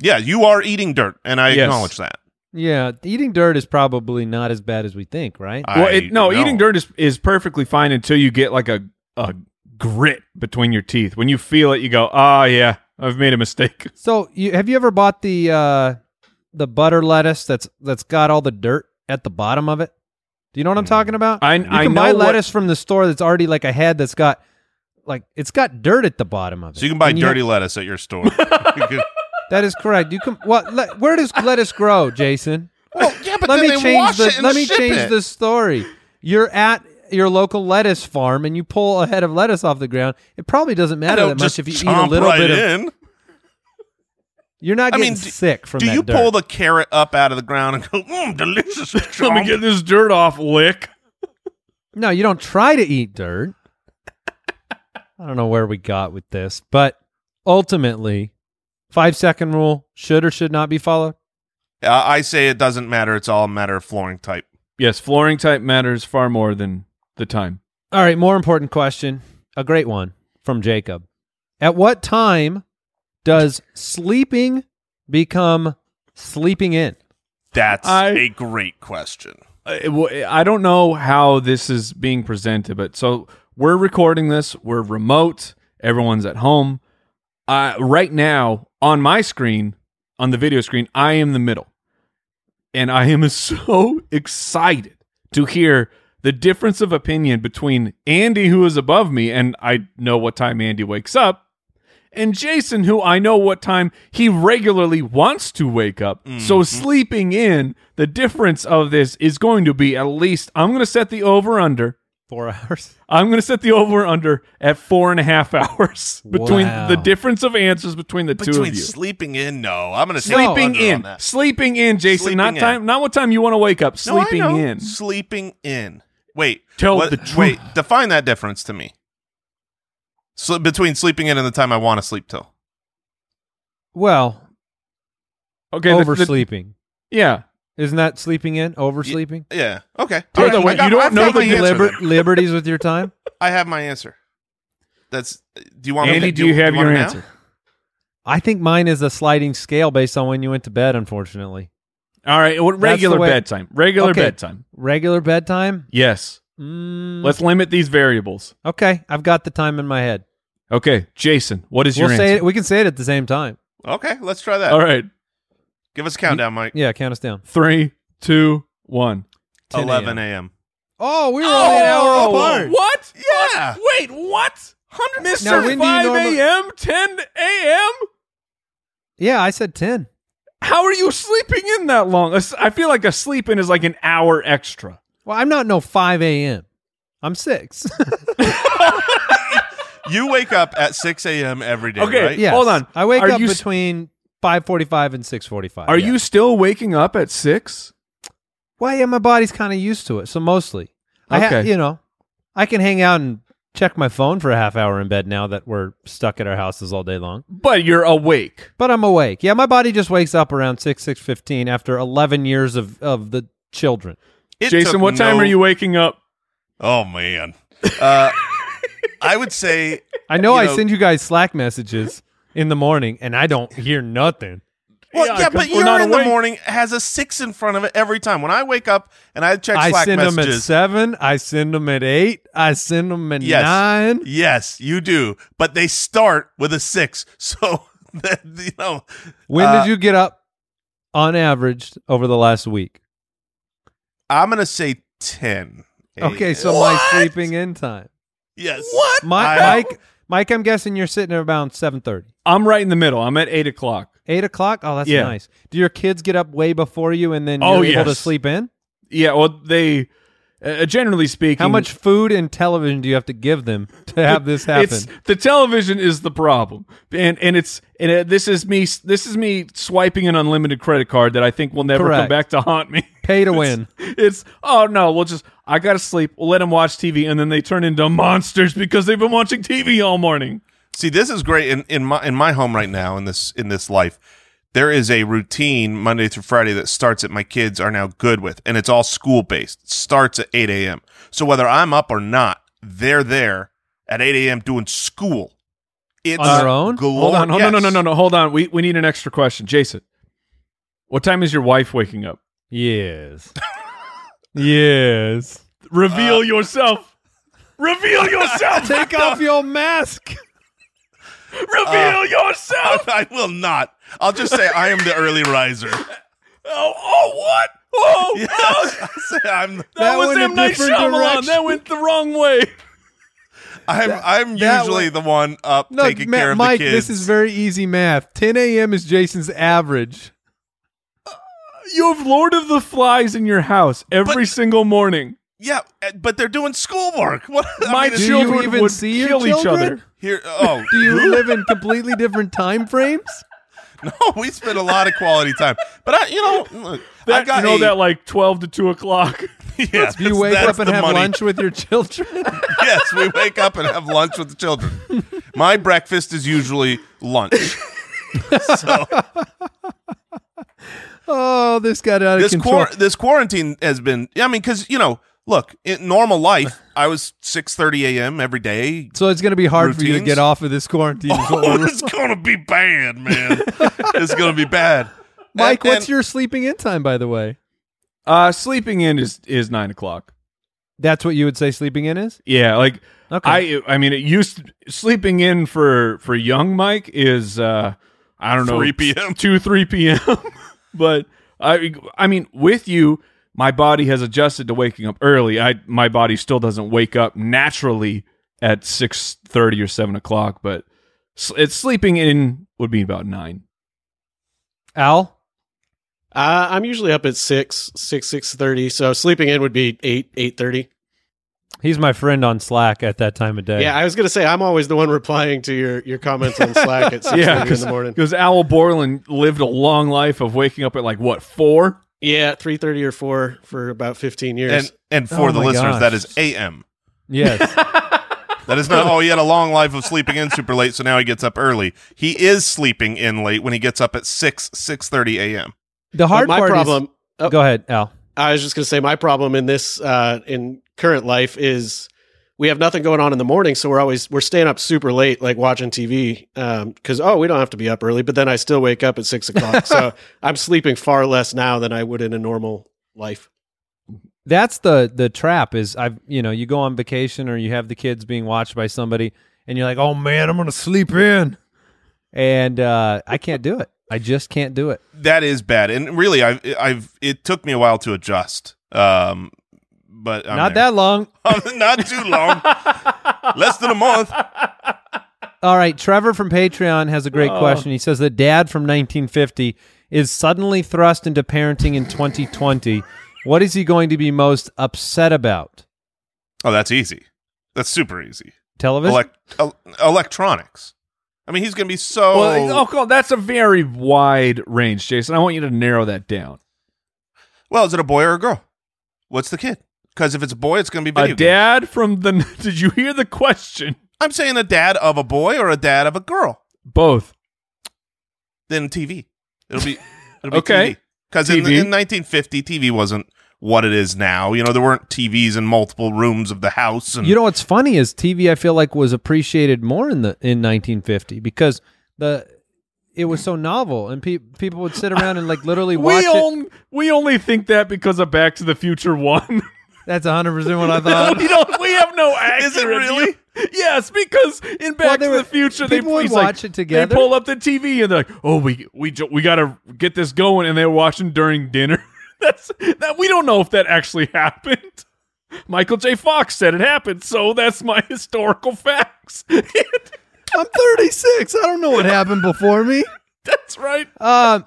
Speaker 4: Yeah, you are eating dirt, and I
Speaker 1: Yes.
Speaker 4: acknowledge that.
Speaker 2: Yeah, eating dirt is probably not as bad as we think, right?
Speaker 4: I
Speaker 1: well, it, no,
Speaker 4: know.
Speaker 1: eating dirt is, is perfectly fine until you get like a, a grit between your teeth. When you feel it, you go, ah, yeah, I've made a mistake.
Speaker 2: So, you, have you ever bought the uh, the butter lettuce that's that's got all the dirt at the bottom of it? Do you know what
Speaker 4: Mm.
Speaker 2: I'm talking about?
Speaker 1: I,
Speaker 2: you
Speaker 1: I
Speaker 2: can
Speaker 1: know
Speaker 2: buy
Speaker 1: what-
Speaker 2: lettuce from the store that's already like a head that's got like it's got dirt at the bottom of it.
Speaker 4: So you can buy
Speaker 2: And
Speaker 4: dirty lettuce at your store. You could-
Speaker 2: have- that is correct. You can. What? le- where does lettuce grow, Jason?
Speaker 4: well, yeah, but
Speaker 2: let
Speaker 4: then
Speaker 2: me
Speaker 4: they
Speaker 2: change
Speaker 4: wash
Speaker 2: the
Speaker 4: it and
Speaker 2: let me
Speaker 4: ship
Speaker 2: change
Speaker 4: it.
Speaker 2: the story. You're at your local lettuce farm and you pull a head of lettuce off the ground. It probably doesn't
Speaker 4: I
Speaker 2: matter
Speaker 4: don't
Speaker 2: that
Speaker 4: just
Speaker 2: much if you eat a
Speaker 4: chomp
Speaker 2: little
Speaker 4: right
Speaker 2: bit of.
Speaker 4: in.
Speaker 2: You're not
Speaker 4: I
Speaker 2: getting
Speaker 4: mean, do-
Speaker 2: sick from
Speaker 4: Do
Speaker 2: that
Speaker 4: you
Speaker 2: dirt.
Speaker 4: pull the carrot up out of the ground and go, mmm, delicious?
Speaker 1: Let me get
Speaker 4: chomp."
Speaker 1: this dirt off, lick.
Speaker 2: No, you don't try to eat dirt. I don't know where we got with this, but ultimately, five second rule should or should not be followed.
Speaker 4: Uh, I say it doesn't matter. It's all a matter of flooring type.
Speaker 1: Yes, flooring type matters far more than the time.
Speaker 2: All right, more important question. A great one from Jacob. At what time does sleeping become sleeping in?
Speaker 4: That's
Speaker 1: I-
Speaker 4: a great question.
Speaker 1: I well, Uh, I don't know how this is being presented, but so we're recording this. We're remote. Everyone's at home. Uh, right now, on my screen, on the video screen, I am the middle. And I am so excited to hear the difference of opinion between Andy, who is above me, and I know what time Andy wakes up, and Jason, who I know what time he regularly wants to wake up.
Speaker 4: Mm-hmm.
Speaker 1: So sleeping in, the difference of this is going to be at least, I'm going to set the over under.
Speaker 2: Four hours.
Speaker 1: I'm going to set the over under at four and a half hours between
Speaker 2: Wow.
Speaker 1: the difference of answers between the two
Speaker 4: Between
Speaker 1: of you.
Speaker 4: sleeping in, no, I'm going to
Speaker 1: Sleeping
Speaker 4: On
Speaker 1: in,
Speaker 4: that.
Speaker 1: sleeping in, Jason.
Speaker 4: Sleeping
Speaker 1: not
Speaker 4: in.
Speaker 1: time, not what time you want to wake up.
Speaker 4: No, I
Speaker 1: Sleeping
Speaker 4: know.
Speaker 1: in.
Speaker 4: Sleeping in. Wait.
Speaker 1: Tell
Speaker 4: what-
Speaker 1: the truth.
Speaker 4: Wait. Define that difference to me. So between sleeping in and the time I want to sleep till.
Speaker 2: Well,
Speaker 1: Okay, the- the-
Speaker 2: oversleeping.
Speaker 1: yeah,
Speaker 2: Isn't that sleeping in? Oversleeping?
Speaker 4: Yeah. Okay.
Speaker 1: By the
Speaker 4: All
Speaker 1: way,
Speaker 4: I got-
Speaker 1: you don't
Speaker 4: I've
Speaker 1: know
Speaker 4: got
Speaker 1: the
Speaker 4: my answer
Speaker 2: Liber-
Speaker 4: then.
Speaker 2: liberties with your time?
Speaker 4: I have my answer. That's. Do you want me
Speaker 1: Andy,
Speaker 4: to
Speaker 1: do you have
Speaker 4: want
Speaker 1: your
Speaker 4: it now?
Speaker 1: answer?
Speaker 2: I think mine is a sliding scale based on when you went to bed, unfortunately.
Speaker 1: All right. What
Speaker 2: the
Speaker 1: regular
Speaker 2: way-
Speaker 1: bedtime? Regular
Speaker 2: Okay.
Speaker 1: bedtime.
Speaker 2: Regular bedtime?
Speaker 1: Yes.
Speaker 2: Mm,
Speaker 1: Let's limit these variables.
Speaker 2: okay, I've got the time in my head.
Speaker 1: Okay, Jason. What is
Speaker 2: We'll
Speaker 1: your
Speaker 2: say
Speaker 1: answer?
Speaker 2: it, we can say it at the same time.
Speaker 4: Okay, let's try that.
Speaker 1: All right.
Speaker 4: Give us a countdown, Mike.
Speaker 2: Yeah, count us down.
Speaker 1: Three, two, one.
Speaker 2: 10
Speaker 4: 11 a.m.
Speaker 2: Oh, we were only an hour apart.
Speaker 1: What?
Speaker 4: Yeah.
Speaker 1: What? Wait, what?
Speaker 2: Now, when do
Speaker 1: Mr.
Speaker 2: you
Speaker 1: 5
Speaker 2: normally-
Speaker 1: a.m., 10 a.m.?
Speaker 2: Yeah, I said 10.
Speaker 1: How are you sleeping in that long? As- I feel like a sleep in is like an hour extra.
Speaker 2: Well, I'm not no 5 a.m. I'm 6.
Speaker 4: You wake up at 6 a.m. every day,
Speaker 1: Okay,
Speaker 4: right?
Speaker 2: yes.
Speaker 1: Hold on.
Speaker 2: I wake
Speaker 1: Are
Speaker 2: up
Speaker 1: you s-
Speaker 2: between 5.45 and 6.45.
Speaker 1: Are
Speaker 2: yeah.
Speaker 1: you still waking up at 6?
Speaker 2: Well, yeah, my body's kind of used to it. So mostly, I ha-
Speaker 1: Okay.
Speaker 2: you know, I can hang out and check my phone for a half hour in bed now that we're stuck at our houses all day long.
Speaker 1: But you're awake.
Speaker 2: But I'm awake. Yeah, my body just wakes up around six six fifteen after eleven years of of the children.
Speaker 4: It
Speaker 1: Jason,
Speaker 4: took
Speaker 1: what time
Speaker 4: no-
Speaker 1: are you waking up?
Speaker 4: Oh, man. Uh, I would say
Speaker 2: I know
Speaker 4: You
Speaker 2: I
Speaker 4: know-
Speaker 2: send you guys Slack messages in the morning and I don't hear nothing.
Speaker 4: Well,
Speaker 1: Yeah,
Speaker 4: yeah,
Speaker 1: 'cause
Speaker 4: but
Speaker 1: we're
Speaker 4: you're
Speaker 1: not
Speaker 4: in
Speaker 1: awake.
Speaker 4: the morning has a six in front of it every time. When I wake up and I check
Speaker 2: I
Speaker 4: Slack
Speaker 2: send them at
Speaker 4: messages,
Speaker 2: seven. I send them at eight. I send them at
Speaker 4: Yes.
Speaker 2: nine.
Speaker 4: yes, you do, but they start with a six. So that, you know,
Speaker 2: When
Speaker 4: Uh,
Speaker 2: did you get up on average over the last week?
Speaker 4: I'm gonna say ten.
Speaker 2: Okay, so my sleeping in time.
Speaker 4: Yes. What?
Speaker 2: Mike,
Speaker 4: I-
Speaker 2: Mike, Mike, I'm guessing you're sitting at about seven thirty,
Speaker 1: I'm right in the middle. I'm at 8 o'clock.
Speaker 2: eight o'clock. Oh, that's
Speaker 1: Yeah.
Speaker 2: nice. Do your kids get up way before you, and then you're
Speaker 1: Oh,
Speaker 2: able to
Speaker 1: yes.
Speaker 2: sleep in?
Speaker 1: Yeah, well, they, uh, generally speaking,
Speaker 2: How much food and television do you have to give them to have this happen?
Speaker 1: It's the television is the problem, and and it's and uh, this is me this is me swiping an unlimited credit card that I think will never come
Speaker 2: Correct.
Speaker 1: back to haunt me.
Speaker 2: Pay to win.
Speaker 1: It's oh no, we'll just I gotta sleep. We'll let them watch TV, and then they turn into monsters because they've been watching TV all morning.
Speaker 4: See, this is great in, in my in my home right now in this in this life. There is a routine Monday through Friday that starts at my kids are now good with, and it's all school based. It starts at eight a.m. So whether I'm up or not, they're there at eight a.m. doing school. It's
Speaker 2: On their own?
Speaker 4: glo-
Speaker 1: Hold on, hold, no, no,
Speaker 4: yes.
Speaker 1: no, no, no, hold on. We we need an extra question, Jason. What time is your wife waking up?
Speaker 2: Yes. yes.
Speaker 1: Reveal yourself. Reveal yourself.
Speaker 2: Take off your mask.
Speaker 1: Reveal yourself.
Speaker 4: I will not. I'll just say I am the early riser.
Speaker 1: Oh, oh, what? Oh,
Speaker 4: Yes,
Speaker 1: oh,
Speaker 4: I'll say I'm.
Speaker 2: That went a
Speaker 1: M. Night
Speaker 2: different direction.
Speaker 1: That went the wrong way.
Speaker 4: I'm. I'm
Speaker 2: that
Speaker 4: usually
Speaker 2: one-
Speaker 4: the one up
Speaker 2: No,
Speaker 4: taking
Speaker 2: Ma-
Speaker 4: care of
Speaker 2: Mike,
Speaker 4: the kids.
Speaker 2: this is very easy math. 10 a.m. is Jason's average.
Speaker 1: You have Lord of the Flies in your house every
Speaker 4: But-
Speaker 1: single morning.
Speaker 4: yeah, eh, but they're doing schoolwork. What? I
Speaker 1: My
Speaker 4: mean,
Speaker 2: Do
Speaker 4: it's-
Speaker 1: children
Speaker 2: you even
Speaker 1: would
Speaker 2: see your
Speaker 1: kill each
Speaker 2: children?
Speaker 1: other.
Speaker 4: here. Oh,
Speaker 2: Do you live in completely different time frames?
Speaker 4: No, we spend a lot of quality time. But I, you know, look,
Speaker 1: That,
Speaker 4: I got
Speaker 1: you know
Speaker 4: a-
Speaker 1: that like twelve to two o'clock.
Speaker 4: Yes,
Speaker 2: Do you wake
Speaker 4: that's
Speaker 2: up and
Speaker 4: the
Speaker 2: have
Speaker 4: money.
Speaker 2: lunch with your children?
Speaker 4: Yes, we wake up and have lunch with the children. My breakfast is usually lunch. so
Speaker 2: Oh, this got out of
Speaker 4: this
Speaker 2: control.
Speaker 4: quar- this quarantine has been. I mean, because you know, look, in normal life, I was six thirty a.m. every day.
Speaker 2: so it's going to be hard for you to
Speaker 4: routines?
Speaker 2: get off of this quarantine. is what
Speaker 4: Oh,
Speaker 2: we're-
Speaker 4: it's gonna be bad, man. it's gonna be bad.
Speaker 2: Mike,
Speaker 4: And-
Speaker 2: what's
Speaker 4: and-
Speaker 2: your sleeping in time, by the way?
Speaker 1: Uh, sleeping in is is nine o'clock.
Speaker 2: That's what you would say sleeping in is?
Speaker 1: Yeah, like
Speaker 2: Okay.
Speaker 1: I I mean, it used to, sleeping in for for young Mike is uh I don't know
Speaker 4: 3 p.m..
Speaker 1: two three p.m. but I I mean with you, my body has adjusted to waking up early. I my body still doesn't wake up naturally at six thirty or seven o'clock, but s- it's sleeping in would be about nine.
Speaker 2: Al?
Speaker 7: Uh, I'm usually up at six, six, six thirty. So sleeping in would be eight, eight thirty.
Speaker 2: He's my friend on Slack at that time of day.
Speaker 7: Yeah, I was gonna say I'm always the one replying to your your comments on Slack at six thirty in the morning.
Speaker 1: because Owl Borland lived a long life of waking up at like what four.
Speaker 7: Yeah, three thirty or four for about fifteen years.
Speaker 4: And and for
Speaker 2: Oh
Speaker 4: the
Speaker 2: my
Speaker 4: listeners,
Speaker 2: gosh.
Speaker 4: that is a.m.
Speaker 2: Yes.
Speaker 4: That is not. Oh, he had a long life of sleeping in super late, so now he gets up early. He is sleeping in late when he gets up at six six thirty a.m.
Speaker 2: The
Speaker 7: But
Speaker 2: hard
Speaker 7: my
Speaker 2: part is-
Speaker 7: problem. oh,
Speaker 2: Go ahead, Al.
Speaker 7: I was just gonna say my problem in this uh, in current life is we have nothing going on in the morning, so we're always we're staying up super late, like watching TV, because oh, we don't have to be up early. But then I still wake up at six o'clock, so I'm sleeping far less now than I would in a normal life.
Speaker 2: that's the the trap is i've you know you go on vacation or you have the kids being watched by somebody and you're like oh man i'm gonna sleep in and uh i can't do it i just can't do it
Speaker 4: that is bad and really i've i've it took me a while to adjust um but I'm
Speaker 2: not
Speaker 4: there.
Speaker 2: that long
Speaker 4: not too long less than a month
Speaker 2: all right trevor from patreon has a great question he says that dad from 1950 is suddenly thrust into parenting in 2020 what is he going to be most upset about
Speaker 4: oh that's easy that's super easy
Speaker 2: television
Speaker 4: Elec- el- electronics i mean he's gonna be so
Speaker 1: Well, oh, God, that's a very wide range, Jason. I want you to narrow that down.
Speaker 4: Well, is it a boy or a girl? What's the kid? Because if it's a boy, it's going to be video.
Speaker 1: a
Speaker 4: games.
Speaker 1: dad from the. Did you hear the question?
Speaker 4: I'm saying a dad of a boy or a dad of a girl.
Speaker 1: Both.
Speaker 4: Then TV. It'll be it'll be
Speaker 1: Okay.
Speaker 4: TV. Because in, in
Speaker 1: TV.
Speaker 4: 1950, TV wasn't what it is now. You know, there weren't TVs in multiple rooms of the house. And
Speaker 2: You know what's funny is TV. I feel like was appreciated more in the in 1950 because the it was so novel and pe- people would sit around and like literally watch
Speaker 1: We
Speaker 2: it.
Speaker 1: only we only think that because of Back to the Future One.
Speaker 2: That's 100 percent what I thought.
Speaker 1: we don't. We have no accurate.
Speaker 4: Is it really?
Speaker 1: view. Yes, because in Back
Speaker 2: they
Speaker 1: to
Speaker 2: were-
Speaker 1: the Future, they
Speaker 2: people would
Speaker 1: he's like-
Speaker 2: watch it together.
Speaker 1: They pull up the TV and they're like, "Oh, we we jo- we gotta get this going," and they're watching during dinner. That's that. We don't know if that actually happened. Michael J. Fox said it happened, so that's my historical facts.
Speaker 2: I'm 36. I don't know what happened before me.
Speaker 1: that's right.
Speaker 2: Um,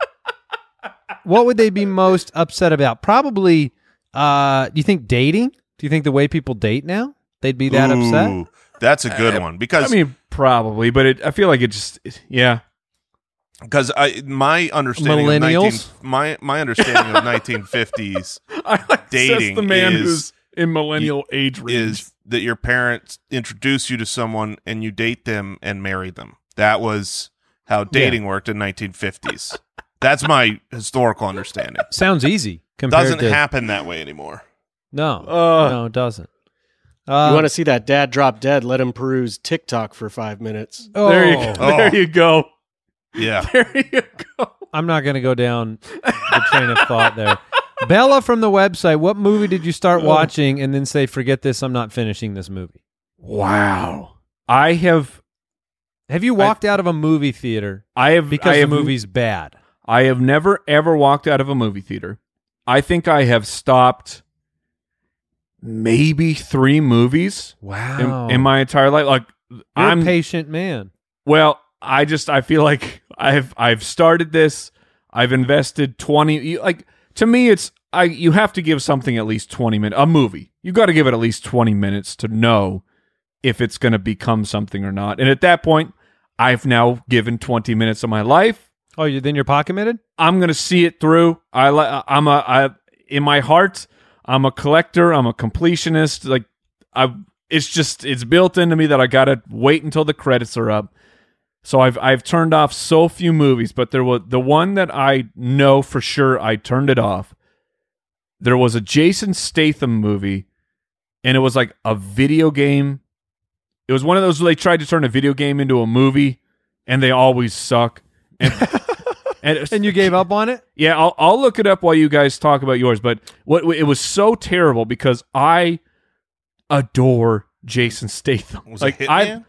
Speaker 2: what would they be most upset about? Probably. Uh, do you think dating? Do you think the way people date now they'd be that upset?
Speaker 4: Ooh, That's a good one because
Speaker 1: Uh, I mean, probably, but it, I feel like it just, it- yeah.
Speaker 4: because I my understanding
Speaker 2: Millennials?
Speaker 4: of 19, my my understanding of 1950s
Speaker 1: I like says
Speaker 4: Dating
Speaker 1: the man
Speaker 4: is-
Speaker 1: who's in millennial age range.
Speaker 4: is that your parents introduce you to someone and you date them and marry them. That was how dating worked in 1950s. That's my historical understanding.
Speaker 2: Sounds easy compared
Speaker 4: Doesn't
Speaker 2: to
Speaker 4: happen that way anymore.
Speaker 2: no,
Speaker 1: Uh,
Speaker 2: no, it doesn't.
Speaker 7: You
Speaker 2: Uh,
Speaker 7: want to see that dad drop dead? Let him peruse TikTok for five minutes.
Speaker 1: There you
Speaker 2: oh.
Speaker 1: go.
Speaker 4: Oh.
Speaker 1: There you go.
Speaker 4: Yeah.
Speaker 1: There you go.
Speaker 2: I'm not going to go down the train of thought there. Bella from the website, what movie did you start
Speaker 4: Oh.
Speaker 2: watching and then say, forget this, I'm not finishing this movie?
Speaker 1: Wow. I have,
Speaker 2: Have you walked out of a movie theater
Speaker 1: I have,
Speaker 2: because
Speaker 1: I
Speaker 2: the
Speaker 1: have,
Speaker 2: movie's bad?
Speaker 1: I have never ever walked out of a movie theater. I think I have stopped maybe three movies in,
Speaker 2: Wow.
Speaker 1: in my entire life. Like,
Speaker 2: You're
Speaker 1: I'm
Speaker 2: a patient man.
Speaker 1: Well, I just I feel like I've I've started this. I've invested 20 you, like to me it's I you have to give something at least 20 minutes a movie. You got to give it at least 20 minutes to know if it's going to become something or not. And at that point, I've now given 20 minutes of my life.
Speaker 2: Oh, you then you're pocket minted?
Speaker 1: I'm going to see it through. I li- I'm a I in my heart, I'm a collector, I'm a completionist. Like I it's just it's built into me that I got to wait until the credits are up. So I've I've turned off so few movies, but there was the one that I know for sure I turned it off. There was a Jason Statham movie, and it was like a video game. It was one of those where they tried to turn a video game into a movie, and they always suck. And, and,
Speaker 2: And you gave up on it?
Speaker 1: yeah, I'll, I'll look it up while you guys talk about yours. But what it was so terrible because I adore Jason Statham.
Speaker 4: Was
Speaker 1: like
Speaker 4: it
Speaker 1: I
Speaker 4: Hitman?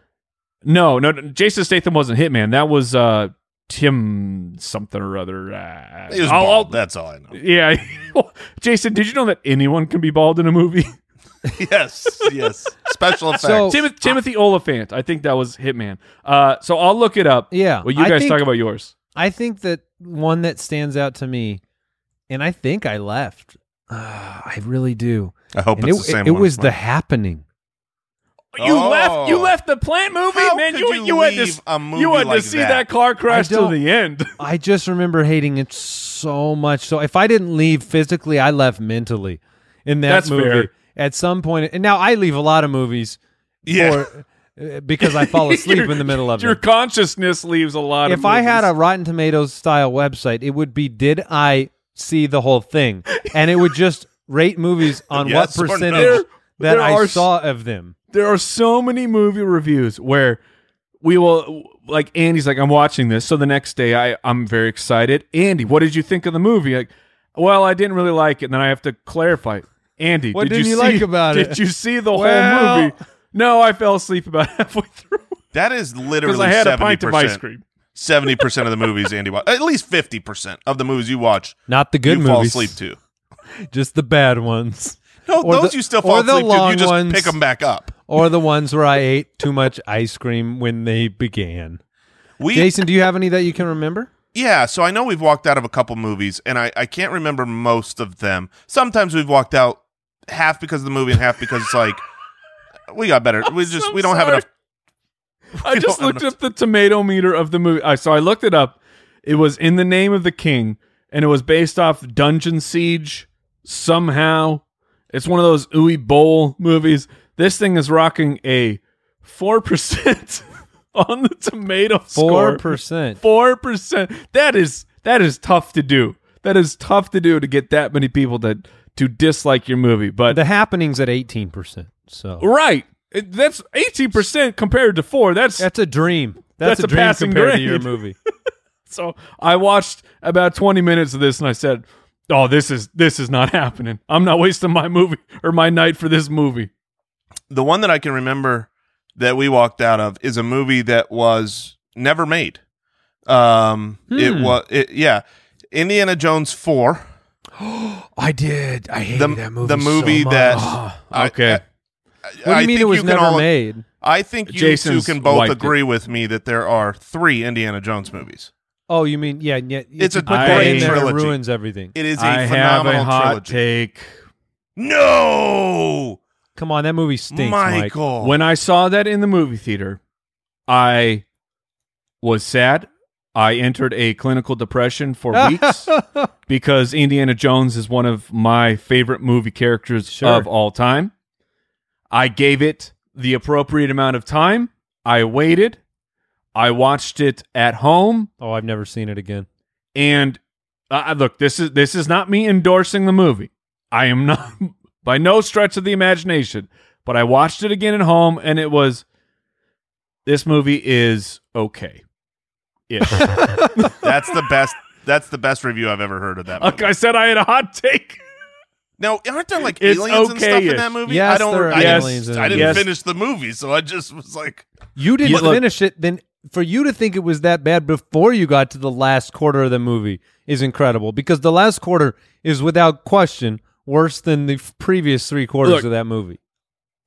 Speaker 1: no, no, no, Jason Statham wasn't Hitman. That was uh Tim something or other. Uh,
Speaker 4: It was
Speaker 1: I'll- I'll-
Speaker 4: bald. That's all I know.
Speaker 1: yeah, Jason, did you know that anyone can be bald in a movie?
Speaker 4: yes. Yes. Special effects.
Speaker 2: So-
Speaker 1: Tim- Timothy Oliphant, I think that was Hitman. Uh, so I'll look it up.
Speaker 2: Yeah,
Speaker 1: well, you
Speaker 2: I
Speaker 1: guys
Speaker 2: think-
Speaker 1: talk about yours.
Speaker 2: I think that one that stands out to me, and I think I left. Ah, I really do.
Speaker 4: I hope
Speaker 2: And
Speaker 4: it's
Speaker 2: it,
Speaker 4: the same
Speaker 2: it
Speaker 4: one.
Speaker 2: was the happening.
Speaker 1: You
Speaker 4: Oh.
Speaker 1: left. You left the plant movie,
Speaker 4: How
Speaker 1: man.
Speaker 4: could
Speaker 1: you
Speaker 4: you
Speaker 1: had to
Speaker 4: leave
Speaker 1: s-
Speaker 4: a movie
Speaker 1: you had to
Speaker 4: like
Speaker 1: see
Speaker 4: that?
Speaker 1: that, car crash till
Speaker 2: don't-
Speaker 1: the end.
Speaker 2: I just remember hating it so much. So if I didn't leave physically, I left mentally in that
Speaker 1: That's
Speaker 2: movie
Speaker 1: fair.
Speaker 2: at some point. And now I leave a lot of movies
Speaker 4: Yeah.
Speaker 2: for, uh, because I fall asleep
Speaker 1: Your-
Speaker 2: in the middle of
Speaker 1: Your
Speaker 2: it.
Speaker 1: consciousness leaves a lot.
Speaker 2: If
Speaker 1: of
Speaker 2: I had
Speaker 1: movies.
Speaker 2: a Rotten Tomatoes style website, it would be did I see the whole thing? And it would just rate movies on
Speaker 4: Yes or
Speaker 2: what
Speaker 4: no.
Speaker 2: percentage
Speaker 1: There-
Speaker 2: that
Speaker 1: there
Speaker 2: I
Speaker 1: are s-
Speaker 2: saw of them.
Speaker 1: there are so many movie reviews where we will like Andy's like I'm watching this, so the next day I I'm very excited. Andy, what did you think of the movie? Like, well, I didn't really like it. And then I have to clarify, Andy,
Speaker 2: What
Speaker 1: did
Speaker 2: didn't you
Speaker 1: see,
Speaker 2: like about
Speaker 1: did
Speaker 2: it?
Speaker 1: you see the
Speaker 2: Well-
Speaker 1: whole movie? No, I fell asleep about halfway through
Speaker 4: That is
Speaker 1: because
Speaker 4: literally
Speaker 1: I had a
Speaker 4: 70%,
Speaker 1: pint of ice cream.
Speaker 4: 70% of the movies Andy watch. At least 50% of the movies you watch,
Speaker 2: Not the good
Speaker 4: you
Speaker 2: movies.
Speaker 4: fall asleep to.
Speaker 2: Just the bad ones.
Speaker 4: No,
Speaker 2: Or
Speaker 4: those
Speaker 2: the-
Speaker 4: you still
Speaker 2: or
Speaker 4: fall
Speaker 2: the
Speaker 4: asleep to.
Speaker 2: long
Speaker 4: You just
Speaker 2: ones.
Speaker 4: pick them back up.
Speaker 2: Or the ones where I ate too much ice cream when they began.
Speaker 4: We
Speaker 2: Jason, do you have any that you can remember?
Speaker 4: Yeah, so I know we've walked out of a couple movies, and I, I can't remember most of them. Sometimes we've walked out half because of the movie and half because it's like we got better. we just
Speaker 1: so
Speaker 4: we don't have
Speaker 1: sorry.
Speaker 4: enough.
Speaker 1: I
Speaker 4: We
Speaker 1: just
Speaker 4: don't have
Speaker 1: looked up the tomato meter of the movie. I so I looked it up. It was in the name of the king, and it was based off Dungeon Siege. Somehow, it's one of those ooey bowl movies. This thing is rocking a four percent on the tomato
Speaker 2: Four
Speaker 1: score.
Speaker 2: percent.
Speaker 1: Four percent. That is that is tough to do. That is tough to do to get that many people to to dislike your movie. But
Speaker 2: The happenings at eighteen percent. So
Speaker 1: right, It- that's eighteen percent compared to four. That's
Speaker 2: that's a dream.
Speaker 1: That's
Speaker 2: That's, a
Speaker 1: a
Speaker 2: dream
Speaker 1: passing
Speaker 2: compared to
Speaker 1: grade.
Speaker 2: your movie.
Speaker 1: So I watched about 20 minutes of this and I said, "Oh, this is this is not happening. I'm not wasting my movie or my night for this movie."
Speaker 4: The one that I can remember that we walked out of is a movie that was never made. Um,
Speaker 2: Hmm.
Speaker 4: it was it, yeah, Indiana Jones four.
Speaker 2: I did. I hated
Speaker 4: The-
Speaker 2: that movie.
Speaker 4: the
Speaker 2: so
Speaker 4: movie
Speaker 2: much.
Speaker 4: that- I-
Speaker 1: Okay.
Speaker 4: I-
Speaker 2: Ah, What do
Speaker 4: I
Speaker 2: you mean
Speaker 4: think
Speaker 2: it was
Speaker 4: can
Speaker 2: never
Speaker 4: all-
Speaker 2: made?
Speaker 4: I think you
Speaker 1: Jason's
Speaker 4: two can both
Speaker 1: wiped it.
Speaker 4: agree with me that there are three Indiana Jones movies.
Speaker 2: Oh, you mean yeah? yeah you
Speaker 4: It's a
Speaker 2: can put that
Speaker 1: great
Speaker 2: in there, it
Speaker 4: trilogy.
Speaker 2: ruins everything.
Speaker 4: It is a
Speaker 1: I have
Speaker 4: phenomenal
Speaker 1: a hot
Speaker 4: trilogy.
Speaker 1: take.
Speaker 4: No,
Speaker 2: Come on, that movie stinks, Mike.
Speaker 4: Michael.
Speaker 1: When I saw that in the movie theater, I was sad. I entered a clinical depression for weeks because Indiana Jones is one of my favorite movie characters
Speaker 2: Sure.
Speaker 1: of all time. I gave it the appropriate amount of time. I waited. I watched it at home
Speaker 2: Oh, I've never seen it again.
Speaker 1: and uh, look, this is this is not me endorsing the movie. I am not by no stretch of the imagination, but I watched it again at home, and it was this movie is okay. Ish.
Speaker 4: That's the best. That's the best review I've ever heard of that. Movie.
Speaker 1: like I said, I had a hot take.
Speaker 4: Now, aren't there like
Speaker 1: It's
Speaker 4: aliens and stuff in
Speaker 1: okay-ish.
Speaker 4: that movie?
Speaker 2: Yes,
Speaker 4: I don't.
Speaker 2: there are
Speaker 4: I, didn't-
Speaker 2: aliens in
Speaker 4: I
Speaker 2: it.
Speaker 4: didn't
Speaker 1: Yes.
Speaker 4: finish the movie, so I just was like,
Speaker 2: You didn't
Speaker 1: Yeah, look-
Speaker 2: finish it. Then for you to think it was that bad before you got to the last quarter of the movie is incredible because the last quarter is without question worse than the f- previous three quarters
Speaker 1: Look.
Speaker 2: of that movie.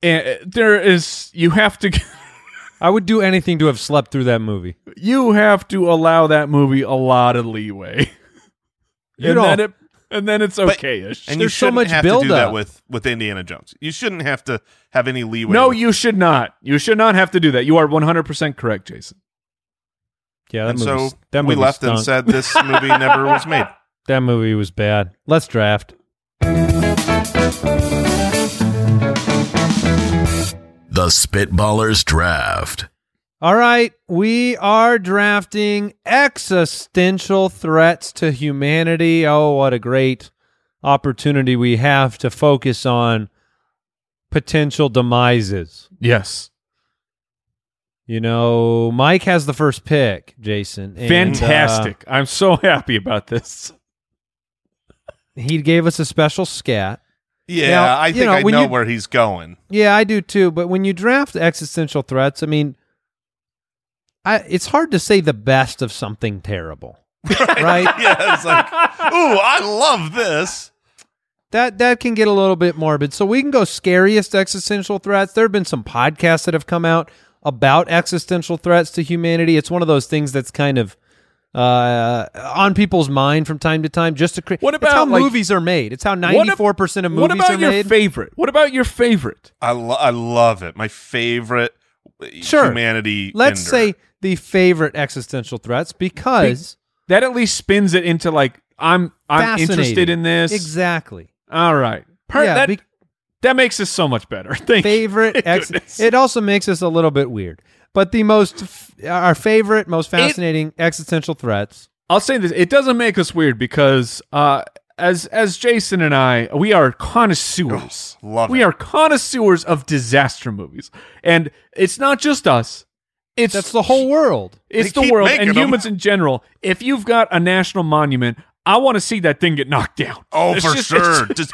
Speaker 1: And uh, there is you have to
Speaker 2: I would do anything to have slept through that movie.
Speaker 1: you have to allow that movie a lot of leeway.
Speaker 2: You
Speaker 1: and
Speaker 2: don't.
Speaker 1: then it and then it's okay-ish.
Speaker 4: and you
Speaker 2: There's so
Speaker 4: shouldn't
Speaker 2: much
Speaker 4: have to do
Speaker 2: buildup.
Speaker 4: that with with Indiana Jones. You shouldn't have to have any leeway.
Speaker 1: no,
Speaker 4: with-
Speaker 1: you should not. You should not have to do that. You are 100% correct, Jason.
Speaker 2: yeah, that
Speaker 4: And
Speaker 2: movie.
Speaker 4: so
Speaker 2: that
Speaker 4: we
Speaker 2: movie
Speaker 4: left
Speaker 2: stunk.
Speaker 4: and said this movie never was made.
Speaker 2: that movie was bad. Let's draft.
Speaker 3: The Spitballers Draft.
Speaker 2: All right, we are drafting existential threats to humanity. Oh, what a great opportunity we have to focus on potential demises.
Speaker 1: Yes.
Speaker 2: You know, Mike has the first pick, Jason. and, uh,
Speaker 1: Fantastic. I'm so happy about this.
Speaker 2: he gave us a special scat.
Speaker 4: Yeah,
Speaker 2: Now,
Speaker 4: I
Speaker 2: you
Speaker 4: think
Speaker 2: know,
Speaker 4: I
Speaker 2: when
Speaker 4: know
Speaker 2: you-
Speaker 4: where he's going.
Speaker 2: Yeah, I do too. But when you draft existential threats, I mean, I, it's hard to say the best of something terrible, right?
Speaker 4: Yeah, it's like, ooh, I love this.
Speaker 2: that that can get a little bit morbid. So we can go scariest existential threats. There have been some podcasts that have come out about existential threats to humanity. It's one of those things that's kind of uh, on people's mind from time to time. Just to create.
Speaker 1: What
Speaker 2: it's how
Speaker 1: about, like-
Speaker 2: movies are made? It's how
Speaker 1: What
Speaker 2: ninety
Speaker 1: ab-
Speaker 2: four percent of movies
Speaker 1: What about
Speaker 2: are
Speaker 1: your
Speaker 2: made.
Speaker 1: favorite? What about your favorite?
Speaker 4: I lo- I love it. My favorite
Speaker 2: Sure.
Speaker 4: humanity.
Speaker 2: Let's
Speaker 4: ender.
Speaker 2: say the favorite existential threats because
Speaker 1: That at least spins it into like I'm I'm
Speaker 2: Fascinating.
Speaker 1: interested in this.
Speaker 2: exactly.
Speaker 1: All right. Per-
Speaker 2: Yeah,
Speaker 1: that,
Speaker 2: be-
Speaker 1: that makes us so much better. Thank you.
Speaker 2: favorite ex-
Speaker 1: Goodness.
Speaker 2: it also makes us a little bit weird but the most f- our favorite most fascinating existential threats
Speaker 1: I'll say this: it doesn't make us weird because uh, as as Jason and I, we are connoisseurs.
Speaker 4: Oh, Love
Speaker 1: we
Speaker 4: it.
Speaker 1: are connoisseurs of disaster movies, and it's not just us. It's
Speaker 2: That's the whole world.
Speaker 1: it's
Speaker 4: They
Speaker 1: the
Speaker 4: keep
Speaker 1: world
Speaker 4: making
Speaker 1: and
Speaker 4: 'em.
Speaker 1: humans in general. If you've got a national monument, I want to see that thing get knocked down.
Speaker 4: Oh,
Speaker 1: It's
Speaker 4: for
Speaker 1: just- it's-
Speaker 4: sure. Just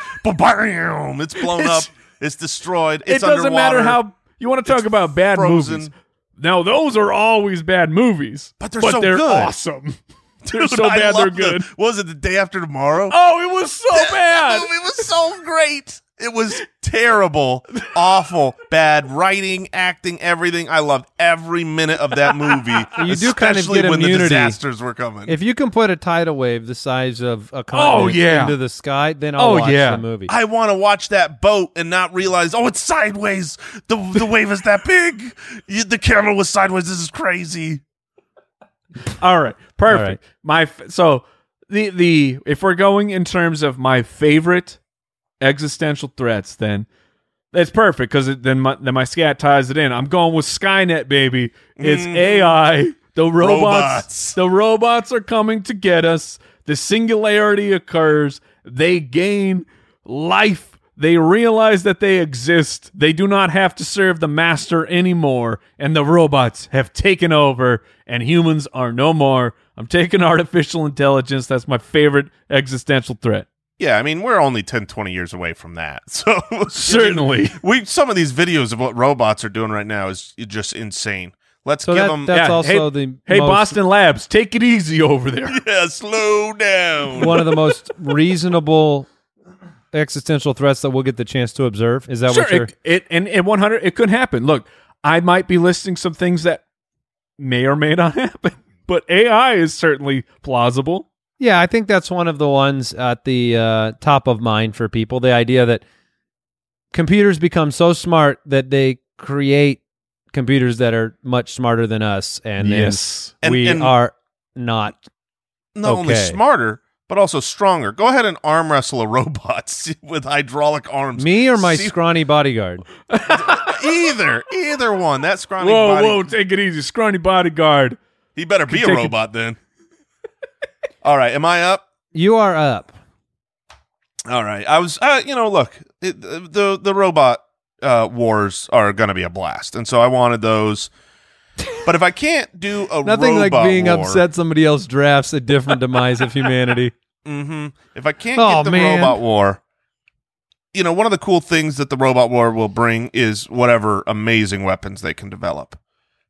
Speaker 4: bam, it's blown
Speaker 1: It's-
Speaker 4: up. It's destroyed. It's
Speaker 1: it doesn't
Speaker 4: underwater.
Speaker 1: matter how you want to talk
Speaker 4: It's
Speaker 1: about bad
Speaker 4: frozen.
Speaker 1: movies. Now those are always bad movies,
Speaker 4: But they're so good.
Speaker 1: awesome. they're
Speaker 4: Dude,
Speaker 1: so
Speaker 4: I
Speaker 1: bad they're
Speaker 4: love the-
Speaker 1: good.
Speaker 4: what was it the day after tomorrow?
Speaker 1: Oh, it was so
Speaker 4: That
Speaker 1: bad.
Speaker 4: movie was so great. It was terrible, awful, bad writing, acting, everything. I loved every minute of that movie.
Speaker 2: You do kind of
Speaker 4: especially
Speaker 2: get
Speaker 4: when the
Speaker 2: immunity.
Speaker 4: disasters were coming.
Speaker 2: If you can put a tidal wave the size of a continent
Speaker 1: Oh, yeah.
Speaker 2: into the sky, then I'll
Speaker 1: Oh,
Speaker 2: watch
Speaker 1: yeah.
Speaker 2: the movie.
Speaker 4: I want to watch that boat and not realize, oh, it's sideways. The the wave is that big. You- the camera was sideways. This is crazy.
Speaker 1: All right, perfect.
Speaker 2: All right.
Speaker 1: My f- so the the if we're going in terms of my favorite existential threats, then that's perfect because then my then my scat ties it in. I'm going with Skynet, baby. It's
Speaker 4: Mhm.
Speaker 1: AI. The robots,
Speaker 4: Robots.
Speaker 1: The robots are coming to get us. The singularity occurs. They gain life. They realize that they exist. They do not have to serve the master anymore. And the robots have taken over, and humans are no more. I'm taking artificial intelligence. That's my favorite existential threat.
Speaker 4: Yeah, I mean, we're only 10, 20 years away from that. So
Speaker 1: Certainly.
Speaker 4: we some of these videos of what robots are doing right now is just insane. Let's
Speaker 2: so
Speaker 4: give
Speaker 2: that,
Speaker 4: them
Speaker 2: that's
Speaker 1: Yeah,
Speaker 2: also the
Speaker 1: Hey,
Speaker 2: most-
Speaker 1: Boston Labs, take it easy over there.
Speaker 4: yeah, slow down.
Speaker 2: one of the most reasonable existential threats that we'll get the chance to observe. Is that what
Speaker 1: sure,
Speaker 2: you're?
Speaker 1: it, it and and one hundred, it could happen. Look, I might be listing some things that may or may not happen, but AI is certainly plausible.
Speaker 2: Yeah, I think that's one of the ones at the uh, top of mind for people. The idea that computers become so smart that they create computers that are much smarter than us, and then
Speaker 4: And-
Speaker 2: we
Speaker 4: and-
Speaker 2: are not.
Speaker 4: not only
Speaker 2: Okay.
Speaker 4: smarter but also stronger. Go ahead and arm wrestle a robot with hydraulic arms.
Speaker 2: Me or my
Speaker 4: See-
Speaker 2: scrawny bodyguard?
Speaker 4: either either one. That scrawny
Speaker 1: whoa,
Speaker 4: body.
Speaker 1: whoa, take it easy, scrawny bodyguard.
Speaker 4: He better be a
Speaker 1: Take it-
Speaker 4: robot then. All right, am I up?
Speaker 2: You are up.
Speaker 4: All right, I was. Uh, you know, look, it, the the robot uh, wars are going to be a blast, and so I wanted those. But if I can't do a
Speaker 2: Nothing like
Speaker 4: robot
Speaker 2: being
Speaker 4: war,
Speaker 2: upset somebody else drafts a different demise of humanity.
Speaker 4: hmm If I can't
Speaker 2: Aw,
Speaker 4: get the
Speaker 2: man.
Speaker 4: robot war, you know, one of the cool things that the robot war will bring is whatever amazing weapons they can develop.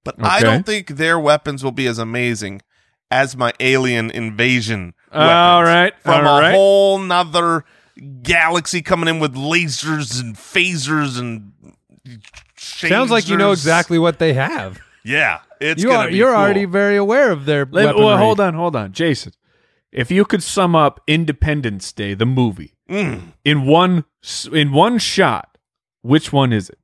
Speaker 4: But I
Speaker 1: Okay.
Speaker 4: don't think their weapons will be as amazing as my alien invasion weapons.
Speaker 1: All right,
Speaker 4: From
Speaker 1: all
Speaker 4: a
Speaker 1: right.
Speaker 4: whole nother galaxy coming in with lasers and phasers and
Speaker 2: Sounds like you know
Speaker 4: shasers.
Speaker 2: exactly what they have.
Speaker 4: Yeah. It's
Speaker 2: you
Speaker 4: gonna
Speaker 2: are
Speaker 4: be
Speaker 2: you're
Speaker 4: cool.
Speaker 2: already very aware of their.
Speaker 1: Let,
Speaker 2: weaponry.
Speaker 1: well, hold on, hold on, Jason. If you could sum up Independence Day, the movie,
Speaker 4: Mm.
Speaker 1: in one s- in one shot, which one is it?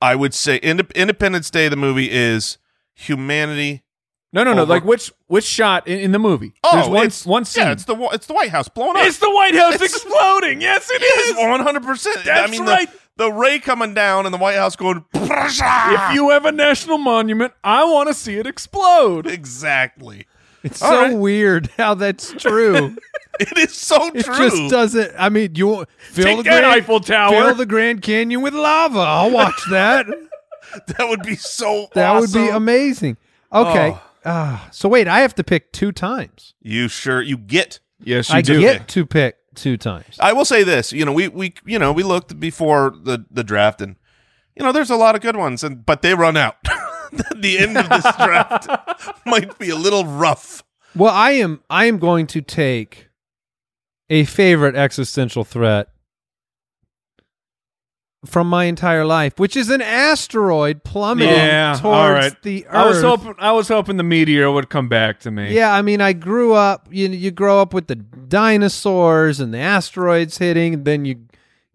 Speaker 4: I would say Inde- Independence Day, the movie is humanity.
Speaker 1: No, no, no.
Speaker 4: Over- Oh,
Speaker 1: Like which which shot in, in the movie? There's one
Speaker 4: it's
Speaker 1: one scene.
Speaker 4: Yeah, it's the wa- it's the White House blown up.
Speaker 1: It's the White House exploding. Yes, it is.
Speaker 4: one hundred percent. I
Speaker 1: That's
Speaker 4: mean,
Speaker 1: right.
Speaker 4: The, the ray coming down and the White House going.
Speaker 1: If you have a national monument, I want to see it explode.
Speaker 4: exactly,
Speaker 2: It's
Speaker 4: All
Speaker 2: so
Speaker 4: right.
Speaker 2: weird how that's true.
Speaker 4: it is so
Speaker 2: it
Speaker 4: true.
Speaker 2: just uh, doesn't. I mean, you fill
Speaker 1: Take
Speaker 2: the
Speaker 1: that
Speaker 2: Grand,
Speaker 1: Eiffel Tower.
Speaker 2: fill the Grand Canyon with lava. I'll watch that.
Speaker 4: that would be so.
Speaker 2: that would be
Speaker 4: awesome.
Speaker 2: amazing. Okay.
Speaker 1: Oh.
Speaker 2: Ah, so wait, I have to pick two times.
Speaker 4: You sure you get?
Speaker 1: yes,
Speaker 2: I get to pick two times.
Speaker 4: I will say this. You know, we we you know we looked before the the draft and. You know, there's a lot of good ones, and but they run out. the end of this draft might be a little rough.
Speaker 2: Well, I am. I am going to take a favorite existential threat from my entire life, which is an asteroid plummeting
Speaker 1: Yeah,
Speaker 2: towards
Speaker 1: all right.
Speaker 2: the Earth.
Speaker 1: I was hoping I was hoping the meteor would come back to me.
Speaker 2: Yeah, I mean, I grew up. You you grow up with the dinosaurs and the asteroids hitting, and then you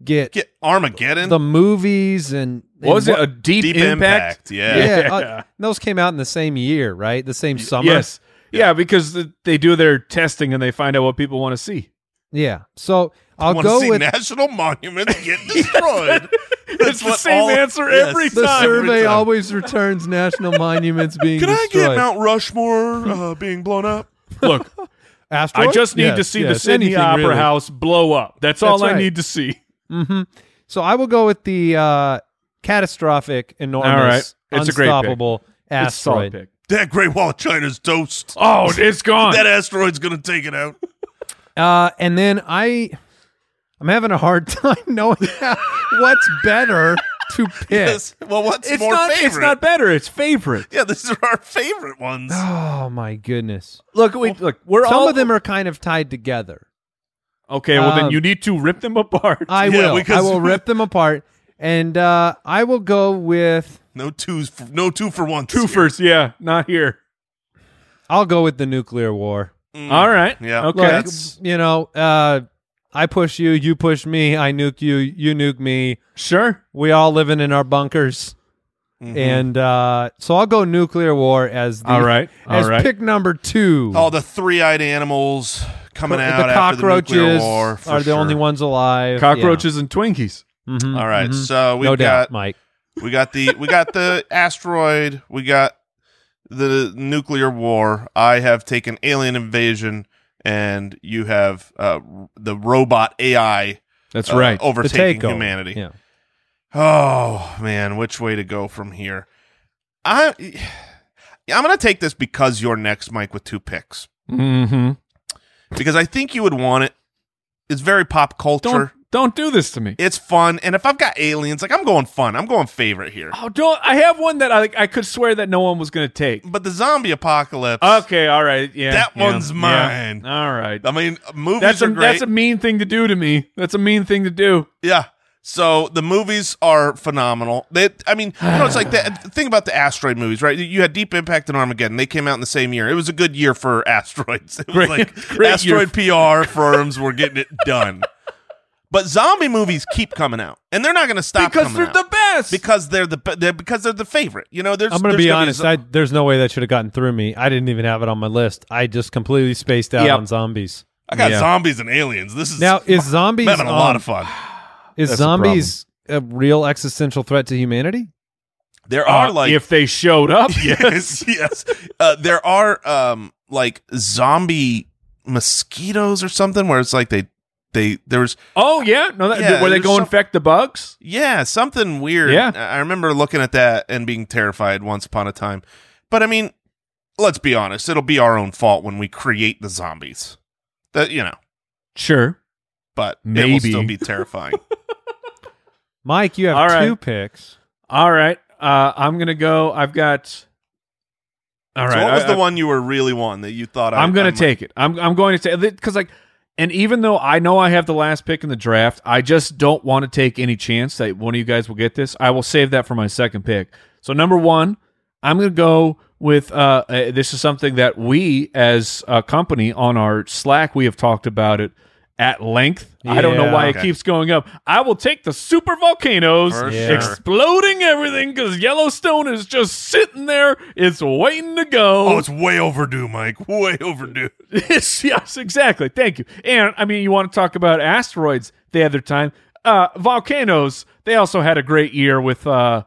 Speaker 2: get
Speaker 4: Get Armageddon.
Speaker 2: the movies and
Speaker 1: What was
Speaker 2: and
Speaker 1: it a deep,
Speaker 4: Deep
Speaker 1: impact?
Speaker 4: Impact, yeah.
Speaker 2: Yeah, uh,
Speaker 1: Yeah.
Speaker 2: those came out in the same year, right? The same summer.
Speaker 1: Yes. Yeah, because th- they do their testing and they find out what people want to see.
Speaker 2: Yeah. So I'll
Speaker 4: want to
Speaker 2: go
Speaker 4: see
Speaker 2: with
Speaker 4: national monuments get destroyed.
Speaker 1: It's the
Speaker 4: what
Speaker 1: same
Speaker 4: all-
Speaker 1: answer
Speaker 4: Yes.
Speaker 1: every
Speaker 2: the
Speaker 1: time.
Speaker 2: survey
Speaker 4: time.
Speaker 2: always returns national monuments being
Speaker 4: Can I
Speaker 2: destroyed.
Speaker 4: get Mount Rushmore uh, being blown up?
Speaker 1: Look,
Speaker 2: Asteroid?
Speaker 1: I just need
Speaker 2: Yes,
Speaker 1: to see the
Speaker 2: yes,
Speaker 1: Sydney
Speaker 2: anything,
Speaker 1: Opera
Speaker 2: really.
Speaker 1: House blow up. That's, all
Speaker 2: That's
Speaker 1: I
Speaker 2: right.
Speaker 1: need to see.
Speaker 2: hmm So I will go with the uh, catastrophic, enormous,
Speaker 1: All right. It's a great pick.
Speaker 2: unstoppable
Speaker 1: It's a solid
Speaker 2: asteroid.
Speaker 1: pick.
Speaker 4: That Great Wall of China's toast.
Speaker 1: Oh, it's gone.
Speaker 4: That asteroid's gonna take it out.
Speaker 2: Uh, and then I, I'm having a hard time knowing how- what's better to pick.
Speaker 4: Yes. Well, what's
Speaker 1: it's
Speaker 4: more
Speaker 1: not.
Speaker 4: favorite?
Speaker 1: It's not better. It's favorite.
Speaker 4: Yeah, these are our favorite ones.
Speaker 2: Oh my goodness!
Speaker 1: Look, we look. We're
Speaker 2: Some
Speaker 1: all
Speaker 2: of them are kind of tied together.
Speaker 1: Okay, well then
Speaker 2: Um,
Speaker 1: you need to rip them apart.
Speaker 2: I
Speaker 4: Yeah,
Speaker 2: will. I
Speaker 4: because-
Speaker 2: will rip them apart, and uh, I will go with.
Speaker 4: No twos, for, no two for one.
Speaker 1: Two first, yeah, not here.
Speaker 2: I'll go with the nuclear war.
Speaker 1: All right.
Speaker 4: Mm. Yeah.
Speaker 1: Okay.
Speaker 2: Look,
Speaker 4: that's-
Speaker 2: you know, uh, I push you, you push me, I nuke you, you nuke me.
Speaker 1: Sure. Mm-hmm.
Speaker 2: We all living in our bunkers, and uh, so I'll go nuclear war as the,
Speaker 1: All right. All
Speaker 2: as
Speaker 1: right.
Speaker 2: pick number two.
Speaker 4: All the three-eyed animals coming
Speaker 2: Co-
Speaker 4: out
Speaker 2: the
Speaker 4: after the
Speaker 2: cockroaches
Speaker 4: nuclear war for
Speaker 2: are the
Speaker 4: sure.
Speaker 2: only ones alive.
Speaker 1: Cockroaches and Twinkies.
Speaker 2: Yeah. Mhm,
Speaker 4: All right,
Speaker 2: mhm.
Speaker 4: so we
Speaker 2: no
Speaker 4: have got
Speaker 2: doubt, Mike.
Speaker 4: we got the we got the asteroid, we got the nuclear war. I have taken alien invasion, and you have uh, the robot AI
Speaker 1: That's
Speaker 4: uh,
Speaker 1: right.
Speaker 2: The
Speaker 4: overtaking
Speaker 2: takeover.
Speaker 4: humanity.
Speaker 2: Yeah.
Speaker 4: Oh man, which way to go from here? I I'm gonna take this because you're next, Mike, with two picks.
Speaker 1: Mm-hmm.
Speaker 4: Because I think you would want it. It's very pop culture.
Speaker 1: Don't don't do this to me.
Speaker 4: It's fun. And if I've got aliens, like I'm going fun. I'm going favorite here.
Speaker 1: Oh, don't! I have one that I I could swear that no one was going to take.
Speaker 4: But the zombie apocalypse.
Speaker 1: Okay. All right. Yeah.
Speaker 4: That
Speaker 1: yeah,
Speaker 4: one's
Speaker 1: yeah.
Speaker 4: mine.
Speaker 1: All right.
Speaker 4: I mean, uh, movies
Speaker 1: That's a
Speaker 4: are great.
Speaker 1: that's a mean thing to do to me. That's a mean thing to do.
Speaker 4: Yeah. So the movies are phenomenal. They, I mean, you know, it's like that. the Thing about the asteroid movies, right? You had Deep Impact and Armageddon. They came out in the same year. It was a good year for asteroids. It was
Speaker 1: Great-
Speaker 4: like
Speaker 1: great year.
Speaker 4: asteroid PR firms were getting it done. But zombie movies keep coming out, and they're not going to stop
Speaker 1: Because
Speaker 4: coming
Speaker 1: they're
Speaker 4: out.
Speaker 1: the best.
Speaker 4: because they're the be- they're because they're the favorite. You know, there's.
Speaker 2: I'm going to
Speaker 4: there's
Speaker 2: be
Speaker 4: gonna
Speaker 2: honest.
Speaker 4: zo-
Speaker 2: I, there's no way that should have gotten through me. I didn't even have it on my list. I just completely spaced out
Speaker 1: Yep.
Speaker 2: on zombies.
Speaker 4: I got
Speaker 1: Yeah.
Speaker 4: zombies and aliens. This is
Speaker 2: Now, is
Speaker 4: I'm
Speaker 2: zombies
Speaker 4: having a lot
Speaker 2: on-
Speaker 4: of fun.
Speaker 2: is
Speaker 1: That's the problem.
Speaker 2: zombies a real existential threat to humanity?
Speaker 4: There are
Speaker 1: Uh,
Speaker 4: like
Speaker 1: if they showed up.
Speaker 4: yes, yes. Uh, there are um like zombie mosquitoes or something where it's like they they there was
Speaker 1: Oh yeah. No. That,
Speaker 4: Yeah,
Speaker 1: where they
Speaker 4: there's
Speaker 1: go
Speaker 4: some-
Speaker 1: infect the bugs?
Speaker 4: yeah something weird.
Speaker 1: Yeah.
Speaker 4: I I remember looking at that and being terrified once upon a time. But I mean, let's be honest, it'll be our own fault when we create the zombies. That you know,
Speaker 1: Sure.
Speaker 4: but it will
Speaker 1: Maybe.
Speaker 4: still be terrifying.
Speaker 2: Mike, you have
Speaker 1: All right.
Speaker 2: two picks.
Speaker 1: All right. Uh, I'm gonna go. I've got. All right.
Speaker 4: So what was
Speaker 1: I-
Speaker 4: the
Speaker 1: I-
Speaker 4: one you were really wanting that you thought I,
Speaker 1: I'm gonna
Speaker 4: I might-
Speaker 1: take it. I'm I'm going to take because like, and even though I know I have the last pick in the draft, I just don't want to take any chance that one of you guys will get this. I will save that for my second pick. So number one, I'm gonna go with uh, uh this is something that we as a company on our Slack we have talked about it at length. I don't know
Speaker 2: Yeah.
Speaker 1: why it
Speaker 4: Okay.
Speaker 1: keeps going up. I will take the super volcanoes
Speaker 4: For
Speaker 2: Yeah.
Speaker 4: sure.
Speaker 1: exploding everything because Yellowstone is just sitting there. It's waiting to go.
Speaker 4: Oh, it's way overdue, Mike. Way overdue.
Speaker 1: Yes, yes, exactly. Thank you. And I mean, you want to talk about asteroids? They had their time. Uh, volcanoes. They also had a great year with uh,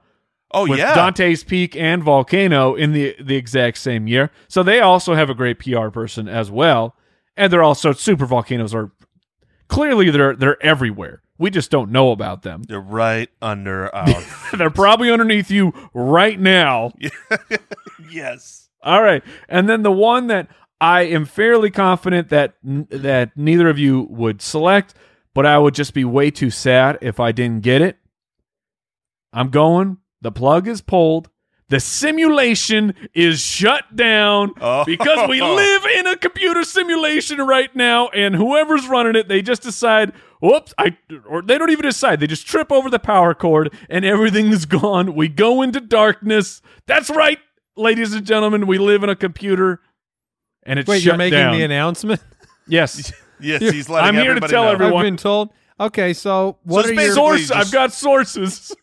Speaker 4: Oh
Speaker 1: with
Speaker 4: yeah.
Speaker 1: Dante's Peak and Volcano in the the exact same year. So they also have a great PR person as well. And they're also super volcanoes are clearly they're they're everywhere. We just don't know about them.
Speaker 4: You're right under our
Speaker 1: They're probably underneath you right now.
Speaker 4: yes.
Speaker 1: All right, and then the one that I am fairly confident that that neither of you would select, but I would just be way too sad if I didn't get it. I'm going. The plug is pulled. The simulation is shut down
Speaker 4: Oh.
Speaker 1: because we live in a computer simulation right now, and whoever's running it, they just decide, whoops, I or they don't even decide, they just trip over the power cord and everything is gone. We go into darkness. That's right, ladies and gentlemen, we live in a computer and it's
Speaker 2: Wait,
Speaker 1: shut
Speaker 2: you're making
Speaker 1: down.
Speaker 2: the announcement?
Speaker 1: yes.
Speaker 4: Yes,
Speaker 2: You're-
Speaker 4: he's letting
Speaker 1: I'm here to
Speaker 4: everybody
Speaker 1: tell
Speaker 4: know.
Speaker 1: everyone-
Speaker 2: I've been told. Okay, so what
Speaker 4: it's
Speaker 2: are
Speaker 4: basically-
Speaker 2: your
Speaker 1: Source,
Speaker 4: just-
Speaker 1: I've got sources.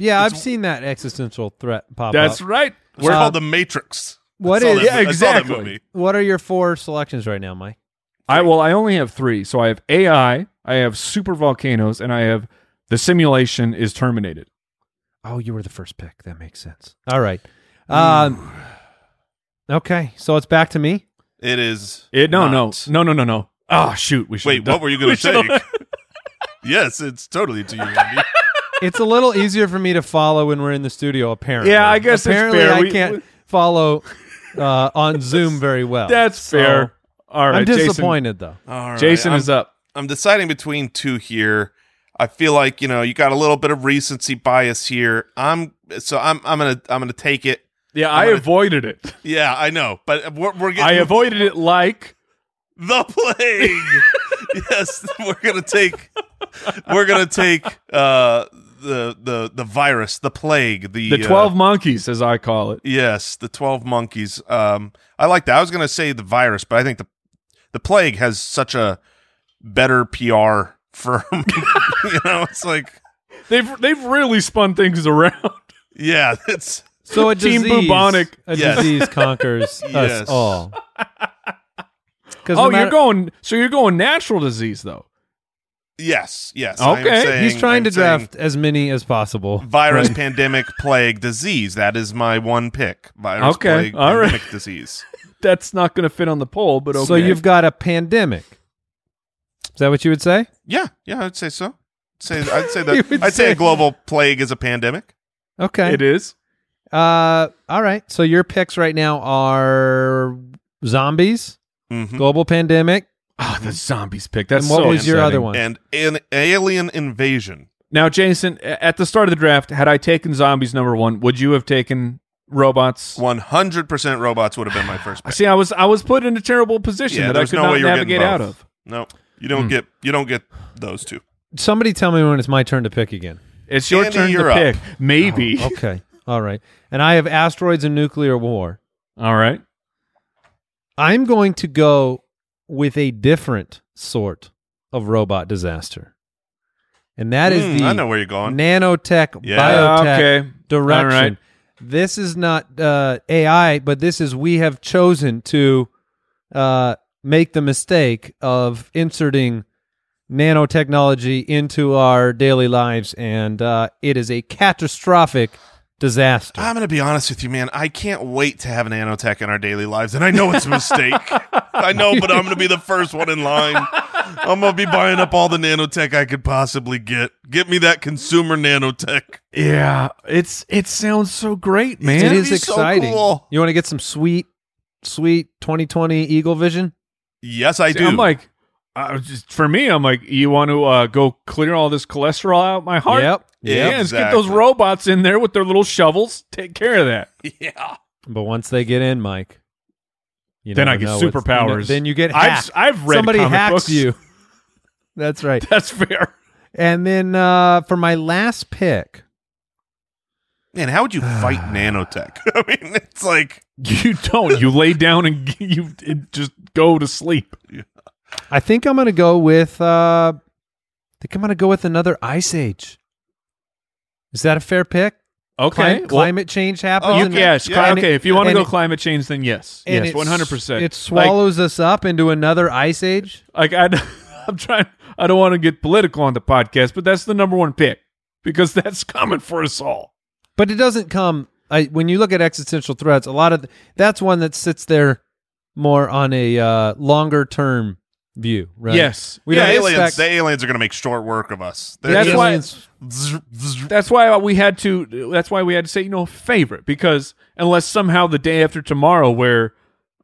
Speaker 2: Yeah, I've seen that existential threat pop
Speaker 1: That's
Speaker 2: up.
Speaker 1: right.
Speaker 4: It's called The Matrix.
Speaker 2: What
Speaker 4: I saw
Speaker 2: is
Speaker 4: that-
Speaker 1: Yeah,
Speaker 4: I saw that
Speaker 1: Uh, exactly.
Speaker 4: movie.
Speaker 2: what are your four selections right now, Mike?
Speaker 1: I well, I only have three. So I have AI, I have super volcanoes, and I have the simulation is terminated.
Speaker 2: Oh, you were the first pick. That makes sense. All right. Um, okay, so it's back to me.
Speaker 4: It is.
Speaker 1: It no
Speaker 4: not.
Speaker 1: no no no no no. Oh shoot, we should.
Speaker 4: Wait, what were you going to take? yes, it's totally to you, Andy.
Speaker 2: It's a little easier for me to follow when we're in the studio, apparently.
Speaker 1: Yeah, I guess it's
Speaker 2: apparently
Speaker 1: fair.
Speaker 2: I
Speaker 1: We-
Speaker 2: can't
Speaker 1: we-
Speaker 2: follow uh, on Zoom very well.
Speaker 1: That's
Speaker 2: So,
Speaker 1: fair. All right,
Speaker 2: I'm
Speaker 1: Jason- Uh,
Speaker 2: disappointed though.
Speaker 4: All right,
Speaker 1: Jason,
Speaker 4: I'm-
Speaker 1: is up.
Speaker 4: I'm deciding between two here. I feel like you know you got a little bit of recency bias here. I'm so I'm I'm gonna I'm gonna take it.
Speaker 1: Yeah,
Speaker 4: I'm
Speaker 1: I
Speaker 4: gonna-
Speaker 1: avoided it.
Speaker 4: Yeah, I know, but we're, we're
Speaker 1: I
Speaker 4: getting
Speaker 1: avoided it like
Speaker 4: the plague. yes, we're gonna take we're gonna take uh the the the virus, the plague, the
Speaker 1: the
Speaker 4: uh,
Speaker 1: twelve monkeys, as I call it.
Speaker 4: Yes, the twelve monkeys. Um, I like that. I was gonna say the virus, but I think the the plague has such a better PR firm. you know, it's like
Speaker 1: They've they've really spun things around.
Speaker 4: yeah, it's
Speaker 2: So a
Speaker 1: Team
Speaker 2: disease,
Speaker 1: bubonic.
Speaker 2: a
Speaker 4: Yes.
Speaker 2: disease conquers
Speaker 4: Yes.
Speaker 2: us all. 'Cause no
Speaker 1: Oh,
Speaker 2: matter-
Speaker 1: you're going. So you're going natural disease though.
Speaker 4: yes, yes.
Speaker 1: Okay,
Speaker 2: He's trying to
Speaker 4: I'm saying
Speaker 2: draft as many as possible.
Speaker 4: virus, pandemic, plague, disease. That is my one pick. Virus,
Speaker 1: Okay,
Speaker 4: plague,
Speaker 1: all right.
Speaker 4: pandemic, disease.
Speaker 1: That's not going to fit on the poll, but okay.
Speaker 2: So you've got a pandemic. Is that what you would say?
Speaker 4: Yeah, yeah, I'd say so. Say, I'd say
Speaker 2: You
Speaker 4: that.
Speaker 2: would
Speaker 4: I'd say,
Speaker 2: say-
Speaker 4: a global plague is a pandemic.
Speaker 2: Okay.
Speaker 1: it is.
Speaker 2: Uh, all right. So your picks right now are zombies,
Speaker 4: Mhm.
Speaker 2: global pandemic,
Speaker 1: Oh, the zombies pick. That's
Speaker 2: and what
Speaker 1: so
Speaker 2: was your
Speaker 1: upsetting.
Speaker 2: other one?
Speaker 4: And an alien invasion.
Speaker 1: Now, Jason, a- at the start of the draft, had I taken zombies number one, would you have taken robots?
Speaker 4: One hundred percent robots would have been my first
Speaker 1: I
Speaker 4: pick.
Speaker 1: See, I was I was put in a terrible position
Speaker 4: Yeah,
Speaker 1: that I
Speaker 4: there's
Speaker 1: could
Speaker 4: no
Speaker 1: not
Speaker 4: way you were getting
Speaker 1: navigate out
Speaker 4: both.
Speaker 1: of. Hmm.
Speaker 4: No, you don't get you don't get those two.
Speaker 2: Somebody tell me when it's my turn to pick again.
Speaker 1: It's your
Speaker 4: Andy,
Speaker 1: turn
Speaker 4: you're
Speaker 1: to
Speaker 4: up.
Speaker 1: pick. Maybe.
Speaker 2: Okay. all right. And I have asteroids and nuclear war.
Speaker 1: All right.
Speaker 2: I'm going to go with a different sort of robot disaster. And that is
Speaker 4: Mm,
Speaker 2: the
Speaker 4: I know where you're going.
Speaker 2: nanotech
Speaker 4: Yeah.
Speaker 2: biotech
Speaker 1: Okay.
Speaker 2: direction.
Speaker 1: All right.
Speaker 2: This is not uh, AI, but this is we have chosen to uh, make the mistake of inserting nanotechnology into our daily lives, and uh, it is a catastrophic disaster.
Speaker 4: I'm going to be honest with you, man. I can't wait to have nanotech in our daily lives, and I know it's a mistake. I know, but I'm going to be the first one in line. I'm going to be buying up all the nanotech I could possibly get. Get me that consumer nanotech.
Speaker 1: Yeah. It's it sounds so great, man.
Speaker 2: it
Speaker 4: It'd
Speaker 2: is
Speaker 4: be so
Speaker 2: exciting.
Speaker 4: cool.
Speaker 2: You want to get some sweet, sweet 2020 Eagle Vision?
Speaker 4: Yes, I
Speaker 1: See,
Speaker 4: do.
Speaker 1: I'm like, I was just, for me, I'm like, you want to uh, go clear all this cholesterol out my heart?
Speaker 2: Yep.
Speaker 1: Yeah.
Speaker 4: Yeah,
Speaker 1: let's get those
Speaker 4: exactly.
Speaker 1: robots in there with their little shovels. Take care of that.
Speaker 4: yeah.
Speaker 2: But once they get in, Mike, you
Speaker 1: Then
Speaker 2: never
Speaker 1: I get
Speaker 2: know what's- you know-
Speaker 1: superpowers.
Speaker 2: then you get
Speaker 1: I've
Speaker 2: hacked.
Speaker 1: s- I've read
Speaker 2: somebody
Speaker 1: comic
Speaker 2: hacks
Speaker 1: books.
Speaker 2: you. That's right.
Speaker 1: That's fair.
Speaker 2: And then uh, for my last pick,
Speaker 4: Man, how would you fight nanotech? I mean, it's like,
Speaker 1: You don't. You lay down and you it just go to sleep.
Speaker 2: I think I'm going to go with. Uh, I think I'm going to go with another Ice Age. Is that a fair pick? Clim-
Speaker 1: Okay. well,
Speaker 2: climate change happens.
Speaker 4: Oh,
Speaker 2: and-
Speaker 4: okay.
Speaker 1: yes.
Speaker 4: Yeah.
Speaker 1: cli-
Speaker 2: and it-
Speaker 1: okay. If you want to
Speaker 2: and
Speaker 1: go
Speaker 2: it-
Speaker 1: climate change, then yes.
Speaker 2: and
Speaker 1: Yes.
Speaker 2: it
Speaker 1: One hundred
Speaker 2: s-
Speaker 1: percent.
Speaker 2: It swallows us up into another Ice Age.
Speaker 1: Like, like I, I'm trying. I don't want to get political on the podcast, but that's the number one pick because that's coming for us all.
Speaker 2: but it doesn't come I, when you look at existential threats a lot of th- that's one that sits there more on a uh, longer term view right
Speaker 1: Yes.
Speaker 2: we
Speaker 4: yeah,
Speaker 2: don't
Speaker 4: aliens.
Speaker 2: expect
Speaker 4: The aliens are going to make short work of us. They're
Speaker 1: That's
Speaker 4: just-
Speaker 1: why-
Speaker 2: aliens-
Speaker 4: Zzz, zzz.
Speaker 1: That's why we had to. That's why we had to say you know favorite because unless somehow the day after tomorrow where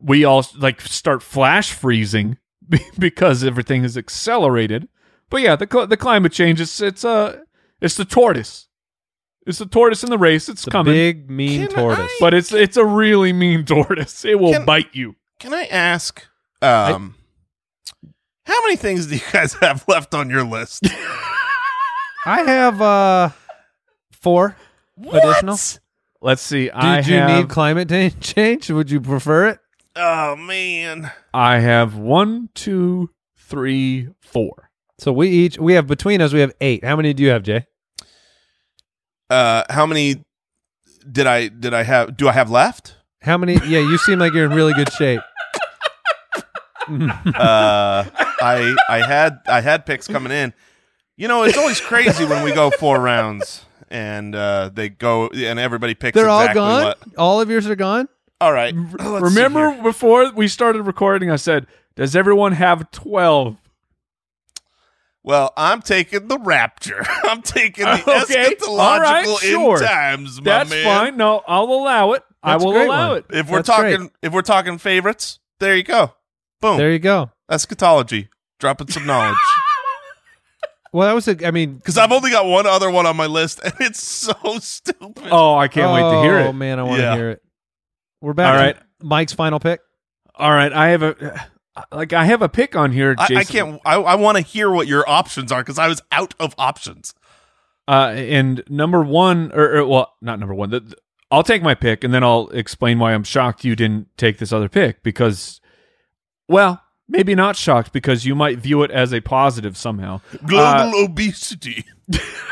Speaker 1: we all like start flash freezing be- because everything is accelerated. But yeah, the cl- the climate change is it's a uh, it's the tortoise. It's the tortoise in the race. It's
Speaker 2: the
Speaker 1: coming,
Speaker 2: big mean
Speaker 4: Can
Speaker 2: tortoise
Speaker 4: I-
Speaker 1: but it's it's a really mean tortoise. It will
Speaker 4: Can-
Speaker 1: bite you.
Speaker 4: Can I ask, um, how many things do you guys have left on your list?
Speaker 2: i have uh four additional
Speaker 4: What?
Speaker 1: Let's see.
Speaker 2: did
Speaker 1: I
Speaker 2: you
Speaker 1: have
Speaker 2: need climate ta- change would you prefer it
Speaker 4: Oh man.
Speaker 1: I have one, two, three, four.
Speaker 2: so we each we have between us we have eight how many do you have jay
Speaker 4: Uh how many did I did I have do I have left?
Speaker 2: how many yeah you seem like you're in really good shape
Speaker 4: Uh I I had I had picks coming in. You know, it's always crazy when we go four rounds and uh they go and everybody picks
Speaker 2: they're all
Speaker 4: exactly
Speaker 2: gone
Speaker 4: what
Speaker 2: all of yours are gone
Speaker 4: All right. Let's see
Speaker 1: Remember
Speaker 4: here.
Speaker 1: before we started recording, I said, "Does everyone have 12?
Speaker 4: Well, I'm taking the rapture. I'm taking the
Speaker 1: Okay, all right,
Speaker 4: eschatological
Speaker 1: sure.
Speaker 4: end times, my
Speaker 1: That's
Speaker 4: man.
Speaker 1: fine. No, I'll allow it.
Speaker 2: That's
Speaker 1: I
Speaker 2: a
Speaker 1: will
Speaker 2: great
Speaker 1: allow
Speaker 2: one.
Speaker 1: it.
Speaker 4: If we're
Speaker 2: That's
Speaker 4: talking,
Speaker 2: great.
Speaker 4: if we're talking favorites, there you go. Boom.
Speaker 2: There you go.
Speaker 4: Eschatology. Dropping some knowledge.
Speaker 2: Well, that was a. I mean,
Speaker 4: Because I've only got one other one on my list, and it's so stupid.
Speaker 1: Oh, I can't wait to hear
Speaker 2: Oh
Speaker 1: it.
Speaker 2: man, I want to
Speaker 4: Yeah.
Speaker 2: hear it. We're back.
Speaker 1: All
Speaker 2: to
Speaker 1: right.
Speaker 2: Mike's final pick.
Speaker 1: All right, I have a like I have a pick on here.
Speaker 4: I,
Speaker 1: Jason.
Speaker 4: I can't. I, I want to hear what your options are because I was out of options.
Speaker 1: Uh, and number one, or, or well, not number one. The, the- I'll take my pick, and then I'll explain why I'm shocked you didn't take this other pick because, well, maybe not shocked because you might view it as a positive somehow. Uh,
Speaker 4: Global obesity. it's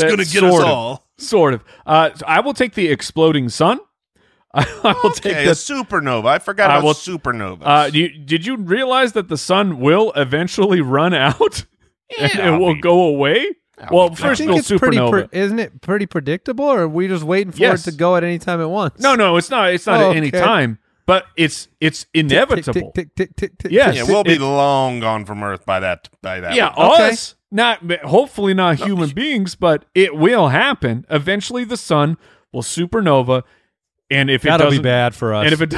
Speaker 1: That
Speaker 4: gonna get
Speaker 1: sort
Speaker 4: us
Speaker 1: of-
Speaker 4: all.
Speaker 1: sort of. Uh, so I will take the exploding sun. I will
Speaker 4: Okay,
Speaker 1: take
Speaker 4: a
Speaker 1: the.
Speaker 4: supernova. I forgot
Speaker 1: I
Speaker 4: about
Speaker 1: will-
Speaker 4: supernovas.
Speaker 1: Uh, do you, did you realize that the sun will eventually run out and
Speaker 4: Yeah,
Speaker 1: it will
Speaker 4: I mean-
Speaker 1: go away? well, first
Speaker 2: I
Speaker 1: it'll
Speaker 2: think it's pretty.
Speaker 1: supernova.
Speaker 2: Pre- isn't it pretty predictable? Or are we just waiting for
Speaker 1: Yes.
Speaker 2: it to go at any time it wants?
Speaker 1: no, no, it's not. It's not
Speaker 2: Oh,
Speaker 1: at any
Speaker 2: okay.
Speaker 1: time, but it's it's
Speaker 2: Tick, tick,
Speaker 1: inevitable.
Speaker 2: Tick, tick, tick, tick, tick,
Speaker 1: Yes.
Speaker 2: tick.
Speaker 4: yeah, we'll be
Speaker 1: it-
Speaker 4: long gone from Earth by that. By that.
Speaker 1: Yeah,
Speaker 4: point.
Speaker 2: Okay.
Speaker 1: us not hopefully not human beings, but it will happen. Eventually, the sun will supernova, and if it
Speaker 2: That'll be
Speaker 1: doesn't-
Speaker 2: bad for us.
Speaker 1: and if it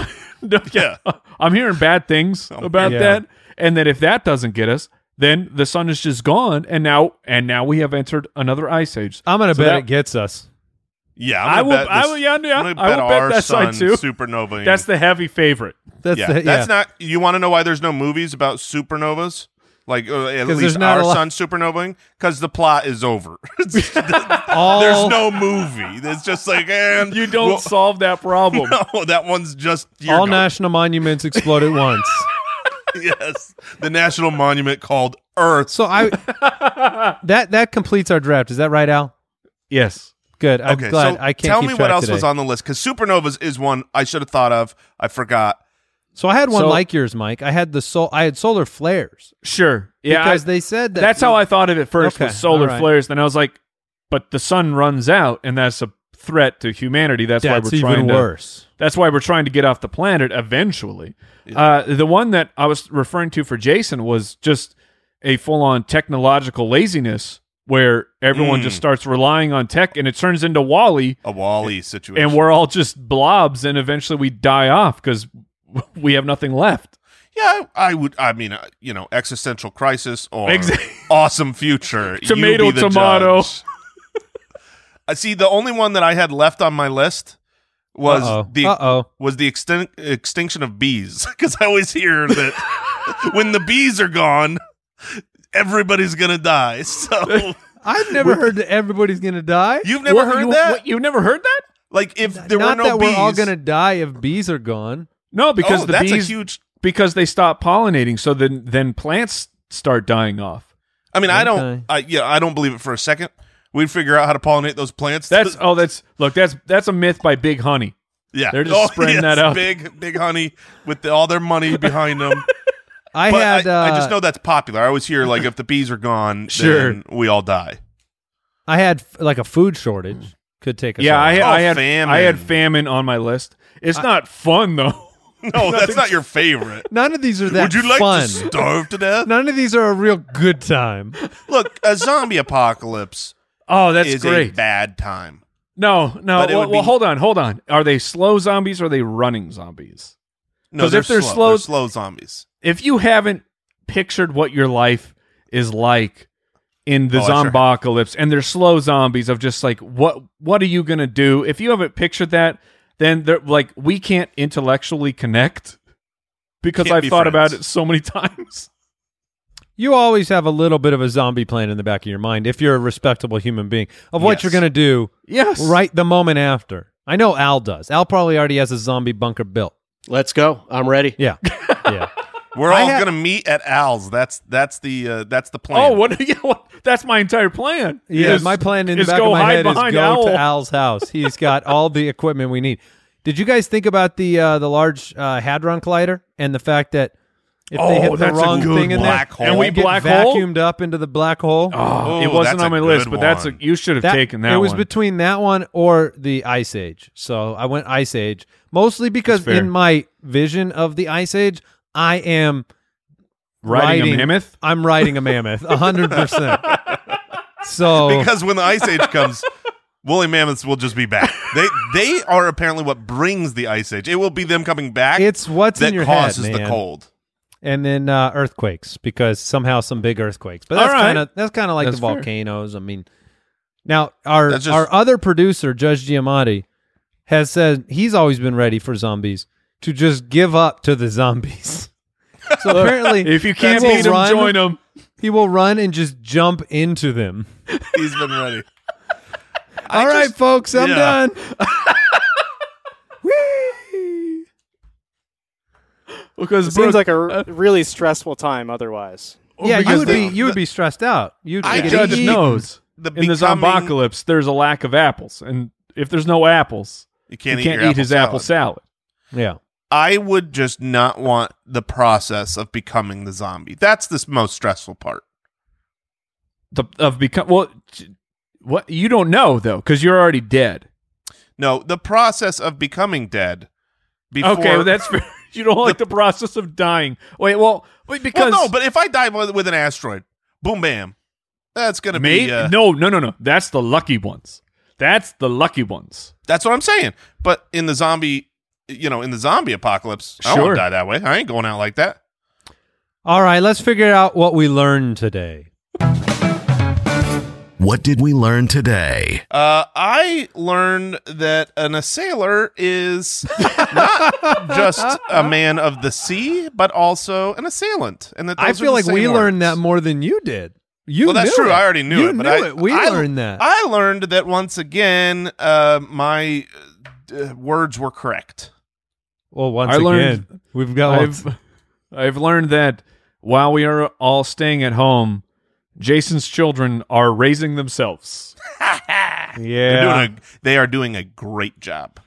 Speaker 1: do- yeah, I'm hearing bad things about
Speaker 2: Yeah.
Speaker 1: that, and that if that doesn't get us, then the sun is just gone, and now and now we have entered another ice age.
Speaker 2: I'm gonna
Speaker 1: So
Speaker 2: bet
Speaker 1: that-
Speaker 2: it gets us.
Speaker 4: Yeah,
Speaker 1: I
Speaker 4: I'm
Speaker 1: will-
Speaker 4: gonna bet
Speaker 1: I
Speaker 4: this-
Speaker 1: will- yeah, yeah,
Speaker 4: I'm gonna
Speaker 1: I
Speaker 4: bet
Speaker 1: will bet
Speaker 4: our
Speaker 1: that
Speaker 4: sun
Speaker 1: side too.
Speaker 4: Supernova.
Speaker 1: That's the heavy favorite.
Speaker 2: That's
Speaker 4: yeah,
Speaker 2: the, yeah.
Speaker 4: That's not. You want to know why there's no movies about supernovas? Like uh, at
Speaker 2: 'Cause there's
Speaker 4: least
Speaker 2: not
Speaker 4: our
Speaker 2: a lot-
Speaker 4: sun supernovaing because the plot is over. There's
Speaker 2: all.
Speaker 4: no movie. It's just like and
Speaker 1: You don't
Speaker 4: well,
Speaker 1: solve that problem.
Speaker 4: no, that one's just you're
Speaker 2: all
Speaker 4: gone.
Speaker 2: national monuments explode at once.
Speaker 4: yes, the national monument called Earth.
Speaker 2: So I that that completes our draft. Is that right, Al?
Speaker 1: Yes.
Speaker 2: Good. I'm
Speaker 4: okay,
Speaker 2: glad
Speaker 4: so
Speaker 2: I can't
Speaker 4: tell
Speaker 2: keep
Speaker 4: me what
Speaker 2: track
Speaker 4: else
Speaker 2: today.
Speaker 4: was on the list because supernovas is one I should have thought of. I forgot.
Speaker 2: So I had one
Speaker 1: So-
Speaker 2: like yours, Mike. I had the sol. I had solar flares
Speaker 1: Sure. Yeah.
Speaker 2: because
Speaker 1: I-
Speaker 2: they said that.
Speaker 1: That's how I thought of it first
Speaker 2: Okay,
Speaker 1: with solar
Speaker 2: all right.
Speaker 1: flares. Then I was like, but the sun runs out, and that's a threat to humanity. That's,
Speaker 2: That's
Speaker 1: why we're
Speaker 2: even
Speaker 1: trying to.
Speaker 2: worse.
Speaker 1: That's why we're trying to get off the planet eventually. Uh, the one that I was referring to for Jason was just a full-on technological laziness where everyone
Speaker 4: Mm.
Speaker 1: just starts relying on tech, and it turns into Wally,
Speaker 4: A Wally situation.
Speaker 1: and we're all just blobs, and eventually we die off because we have nothing left.
Speaker 4: yeah, I, I would. I mean, uh, you know, existential crisis or
Speaker 1: Exa-
Speaker 4: awesome future. You
Speaker 1: Tomato,
Speaker 4: be the
Speaker 1: tomato.
Speaker 4: judge. I see. The only one that I had left on my list was
Speaker 2: Uh-oh.
Speaker 4: the
Speaker 2: Uh-oh.
Speaker 4: was the extin- extinction of bees because I always hear that when the bees are gone, everybody's gonna die. So
Speaker 2: I've never heard that everybody's gonna die.
Speaker 4: you've never
Speaker 1: What,
Speaker 4: heard
Speaker 1: you,
Speaker 4: that?
Speaker 1: what, you've never heard that?
Speaker 4: like if there
Speaker 2: Not
Speaker 4: were no
Speaker 2: that
Speaker 4: bees,
Speaker 2: we're all gonna die if bees are gone.
Speaker 1: No, because
Speaker 4: oh,
Speaker 1: the
Speaker 4: that's
Speaker 1: bees
Speaker 4: a huge.
Speaker 1: because they stop pollinating so then then plants start dying off
Speaker 4: I mean, I
Speaker 2: Okay.
Speaker 4: don't. I, yeah, I don't believe it for a second. We'd figure out how to pollinate those plants.
Speaker 1: that's oh that's look that's that's a myth by big honey
Speaker 4: yeah, Oh,
Speaker 1: they're just spreading that out.
Speaker 4: Big, big honey with the, all their money behind them.
Speaker 2: I
Speaker 4: But
Speaker 2: had.
Speaker 4: I,
Speaker 2: uh,
Speaker 4: I just know that's popular. I always hear like if the bees are gone,
Speaker 1: Sure.
Speaker 4: then we all die.
Speaker 2: I had f- like a food
Speaker 4: Hmm.
Speaker 2: shortage. Could take us.
Speaker 1: yeah
Speaker 2: all
Speaker 1: i,
Speaker 2: out.
Speaker 4: Oh,
Speaker 1: I had
Speaker 4: famine.
Speaker 1: i had famine on my list it's not fun though
Speaker 4: No, that's not your favorite.
Speaker 2: None of these are that
Speaker 4: Would you like
Speaker 2: fun.
Speaker 4: to starve to death?
Speaker 2: None of these are a real good time.
Speaker 4: Look, a zombie apocalypse
Speaker 1: oh that's
Speaker 4: is a
Speaker 1: great
Speaker 4: bad time.
Speaker 1: no no
Speaker 4: But it
Speaker 1: well,
Speaker 4: would
Speaker 1: well,
Speaker 4: be-
Speaker 1: hold on hold on are they slow zombies or are they running zombies
Speaker 4: No,
Speaker 1: 'Cause if they're slow-
Speaker 4: they're slow zombies.
Speaker 1: if you haven't pictured what your life is like in the
Speaker 4: Oh, I sure have.
Speaker 1: zombocalypse and they're slow zombies of just like what what are you gonna do if you haven't pictured that then they're like we can't intellectually connect because
Speaker 4: Can't
Speaker 1: i've
Speaker 4: be
Speaker 1: thought about
Speaker 4: friends.
Speaker 1: it so many times
Speaker 2: You always have a little bit of a zombie plan in the back of your mind if you're a respectable human being of what
Speaker 4: Yes.
Speaker 2: you're gonna do
Speaker 1: yes
Speaker 2: right the moment after. I know Al does. Al probably already has a zombie bunker built.
Speaker 7: Let's go. I'm ready.
Speaker 2: Yeah, yeah.
Speaker 4: We're
Speaker 2: I
Speaker 4: all
Speaker 2: had-
Speaker 4: gonna meet at Al's. That's that's the uh, that's the plan.
Speaker 1: oh what, yeah, what that's my entire plan
Speaker 2: Yeah,
Speaker 1: is-
Speaker 2: my plan in the
Speaker 1: is
Speaker 2: back
Speaker 1: go
Speaker 2: of my
Speaker 1: hide
Speaker 2: head is go
Speaker 1: behind
Speaker 2: to
Speaker 1: Owl.
Speaker 2: Al's house. He's got all the equipment we need. Did you guys think about the uh, the large uh, hadron collider and the fact that If they
Speaker 1: Oh,
Speaker 2: hit the
Speaker 4: that's a
Speaker 2: wrong
Speaker 4: good
Speaker 2: thing in
Speaker 4: black
Speaker 2: there,
Speaker 4: hole. And we
Speaker 2: get
Speaker 1: black hole?
Speaker 2: vacuumed up into the black hole.
Speaker 1: Oh,
Speaker 4: Ooh,
Speaker 1: it wasn't
Speaker 4: that's
Speaker 1: on my
Speaker 4: a
Speaker 1: list,
Speaker 4: good
Speaker 1: but that's a
Speaker 4: one.
Speaker 1: you should have taken that.
Speaker 2: It was
Speaker 1: one.
Speaker 2: between that one or the Ice Age. So I went Ice Age mostly because
Speaker 1: fair.
Speaker 2: in my vision of the Ice Age, I am
Speaker 1: riding,
Speaker 2: riding-
Speaker 1: a mammoth.
Speaker 2: I'm riding a mammoth, hundred percent. So
Speaker 1: Oh.
Speaker 4: Because when the ice age comes, woolly mammoths will just be back. They they are apparently what brings the ice age. It will be them coming back.
Speaker 2: it's what's
Speaker 4: that
Speaker 2: in your
Speaker 4: causes
Speaker 2: head,
Speaker 4: the
Speaker 2: man.
Speaker 4: cold.
Speaker 2: and then uh, earthquakes because somehow some big earthquakes. But
Speaker 1: All
Speaker 2: that's
Speaker 1: right.
Speaker 2: kind of that's kind of like
Speaker 1: That's
Speaker 2: the
Speaker 1: fair.
Speaker 2: volcanoes. I mean, now our
Speaker 4: That's just-
Speaker 2: our other producer Judge Giamatti has said he's always been ready for zombies to just give up to the zombies. So apparently,
Speaker 1: If you can't
Speaker 2: he will
Speaker 1: beat them,
Speaker 2: run-
Speaker 1: join them.
Speaker 2: He will run and just jump into them.
Speaker 4: He's been ready.
Speaker 2: All right, folks, I'm
Speaker 4: yeah.
Speaker 2: done.
Speaker 1: Because
Speaker 8: Seems
Speaker 1: Brooke,
Speaker 8: like a r- really stressful time otherwise.
Speaker 2: yeah, you
Speaker 4: because
Speaker 2: would
Speaker 4: they-
Speaker 2: be you would be stressed out. You'd
Speaker 4: I
Speaker 2: get
Speaker 1: judge
Speaker 2: eaten.
Speaker 1: knows
Speaker 4: The
Speaker 1: in the
Speaker 4: becoming-
Speaker 1: zombocalypse, there's a lack of apples, and if there's no apples,
Speaker 4: You
Speaker 1: you
Speaker 4: can't,
Speaker 1: can't
Speaker 4: your
Speaker 1: eat his
Speaker 4: salad.
Speaker 1: apple salad.
Speaker 2: Yeah.
Speaker 4: I would just not want the process of becoming the zombie. That's the most stressful part.
Speaker 1: The, of become well, t- what you don't know though, because you're already dead.
Speaker 4: No, the process of becoming dead. Before,
Speaker 1: Okay, well, that's fair. you don't like the process of dying. Wait, well, wait
Speaker 4: Well,
Speaker 1: because
Speaker 4: no, but if I die with, with an asteroid, boom, bam, that's gonna
Speaker 1: May-
Speaker 4: be. Uh,
Speaker 1: no, no, no, no. That's the lucky ones. That's the lucky ones.
Speaker 4: That's what I'm saying. But in the zombie, you know, in the zombie apocalypse, I
Speaker 1: Sure.
Speaker 4: won't die that way. I ain't going out like that.
Speaker 2: All right, let's figure out what we learned today.
Speaker 3: What did we learn today?
Speaker 4: Uh, I learned that an assailer is not just a man of the sea, but also an assailant, and that
Speaker 2: I
Speaker 4: those are
Speaker 2: feel
Speaker 4: the
Speaker 2: like
Speaker 4: same
Speaker 2: we learned that
Speaker 4: words.
Speaker 2: more than you did. You
Speaker 4: well, that's
Speaker 2: knew
Speaker 4: true.
Speaker 2: It.
Speaker 4: I already knew
Speaker 2: You
Speaker 4: it, but
Speaker 2: knew
Speaker 4: I,
Speaker 2: it. We
Speaker 4: I-
Speaker 2: learned that.
Speaker 4: I learned that once again, uh, my uh, words were correct.
Speaker 2: well, once
Speaker 1: I
Speaker 2: again,
Speaker 1: learned-
Speaker 2: we've got.
Speaker 1: I've I've learned that while we are all staying at home, Jason's children are raising themselves.
Speaker 4: They're
Speaker 2: yeah,
Speaker 4: doing a, they are doing a great job.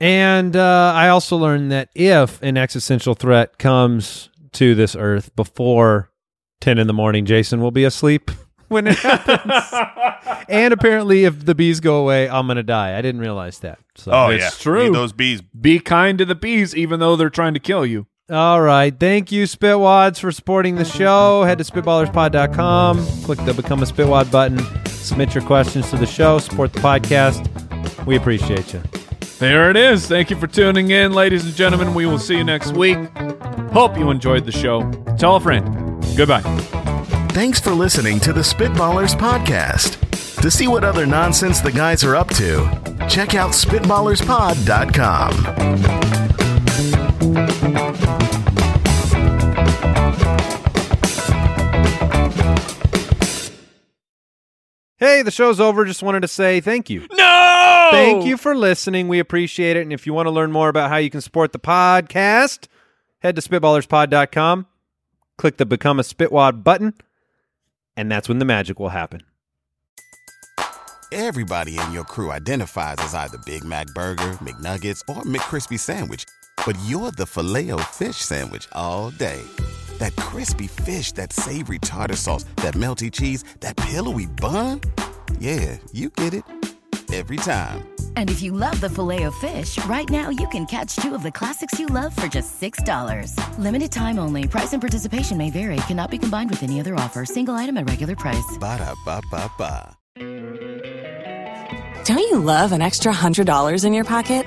Speaker 2: and uh, I also learned that if an existential threat comes to this earth before ten in the morning, Jason will be asleep when it happens. and apparently, if the bees go away, I'm gonna die. I didn't realize that. So.
Speaker 4: Oh,
Speaker 1: It's
Speaker 4: yeah,
Speaker 1: true.
Speaker 4: Need those bees.
Speaker 1: Be kind to the bees, even though they're trying to kill you.
Speaker 2: All right. Thank you, Spitwads, for supporting the show. Head to spitballerspod.com, click the Become a Spitwad button, submit your questions to the show, support the podcast. We appreciate you.
Speaker 1: There it is. Thank you for tuning in, ladies and gentlemen. We will see you next week. Hope you enjoyed the show. Tell a friend. Goodbye.
Speaker 3: Thanks for listening to the Spitballers Podcast. To see what other nonsense the guys are up to, check out SpitballersPod.com.
Speaker 2: Hey, the show's over. Just wanted to say thank you.
Speaker 1: No.
Speaker 2: Thank you for listening. We appreciate it. And if you want to learn more about how you can support the podcast, head to spitballerspod.com, click the Become a Spitwad button, and that's when the magic will happen.
Speaker 9: Everybody in your crew identifies as either Big Mac Burger, McNuggets, or McCrispy Sandwich. But you're the filet fish Sandwich all day. That crispy fish, that savory tartar sauce, that melty cheese, that pillowy bun. Yeah, you get it. Every time.
Speaker 10: And if you love the filet of fish, right now you can catch two of the classics you love for just $6. Limited time only. Price and participation may vary. Cannot be combined with any other offer. Single item at regular price.
Speaker 9: Ba-da-ba-ba-ba.
Speaker 11: Don't you love an extra $100 in your pocket?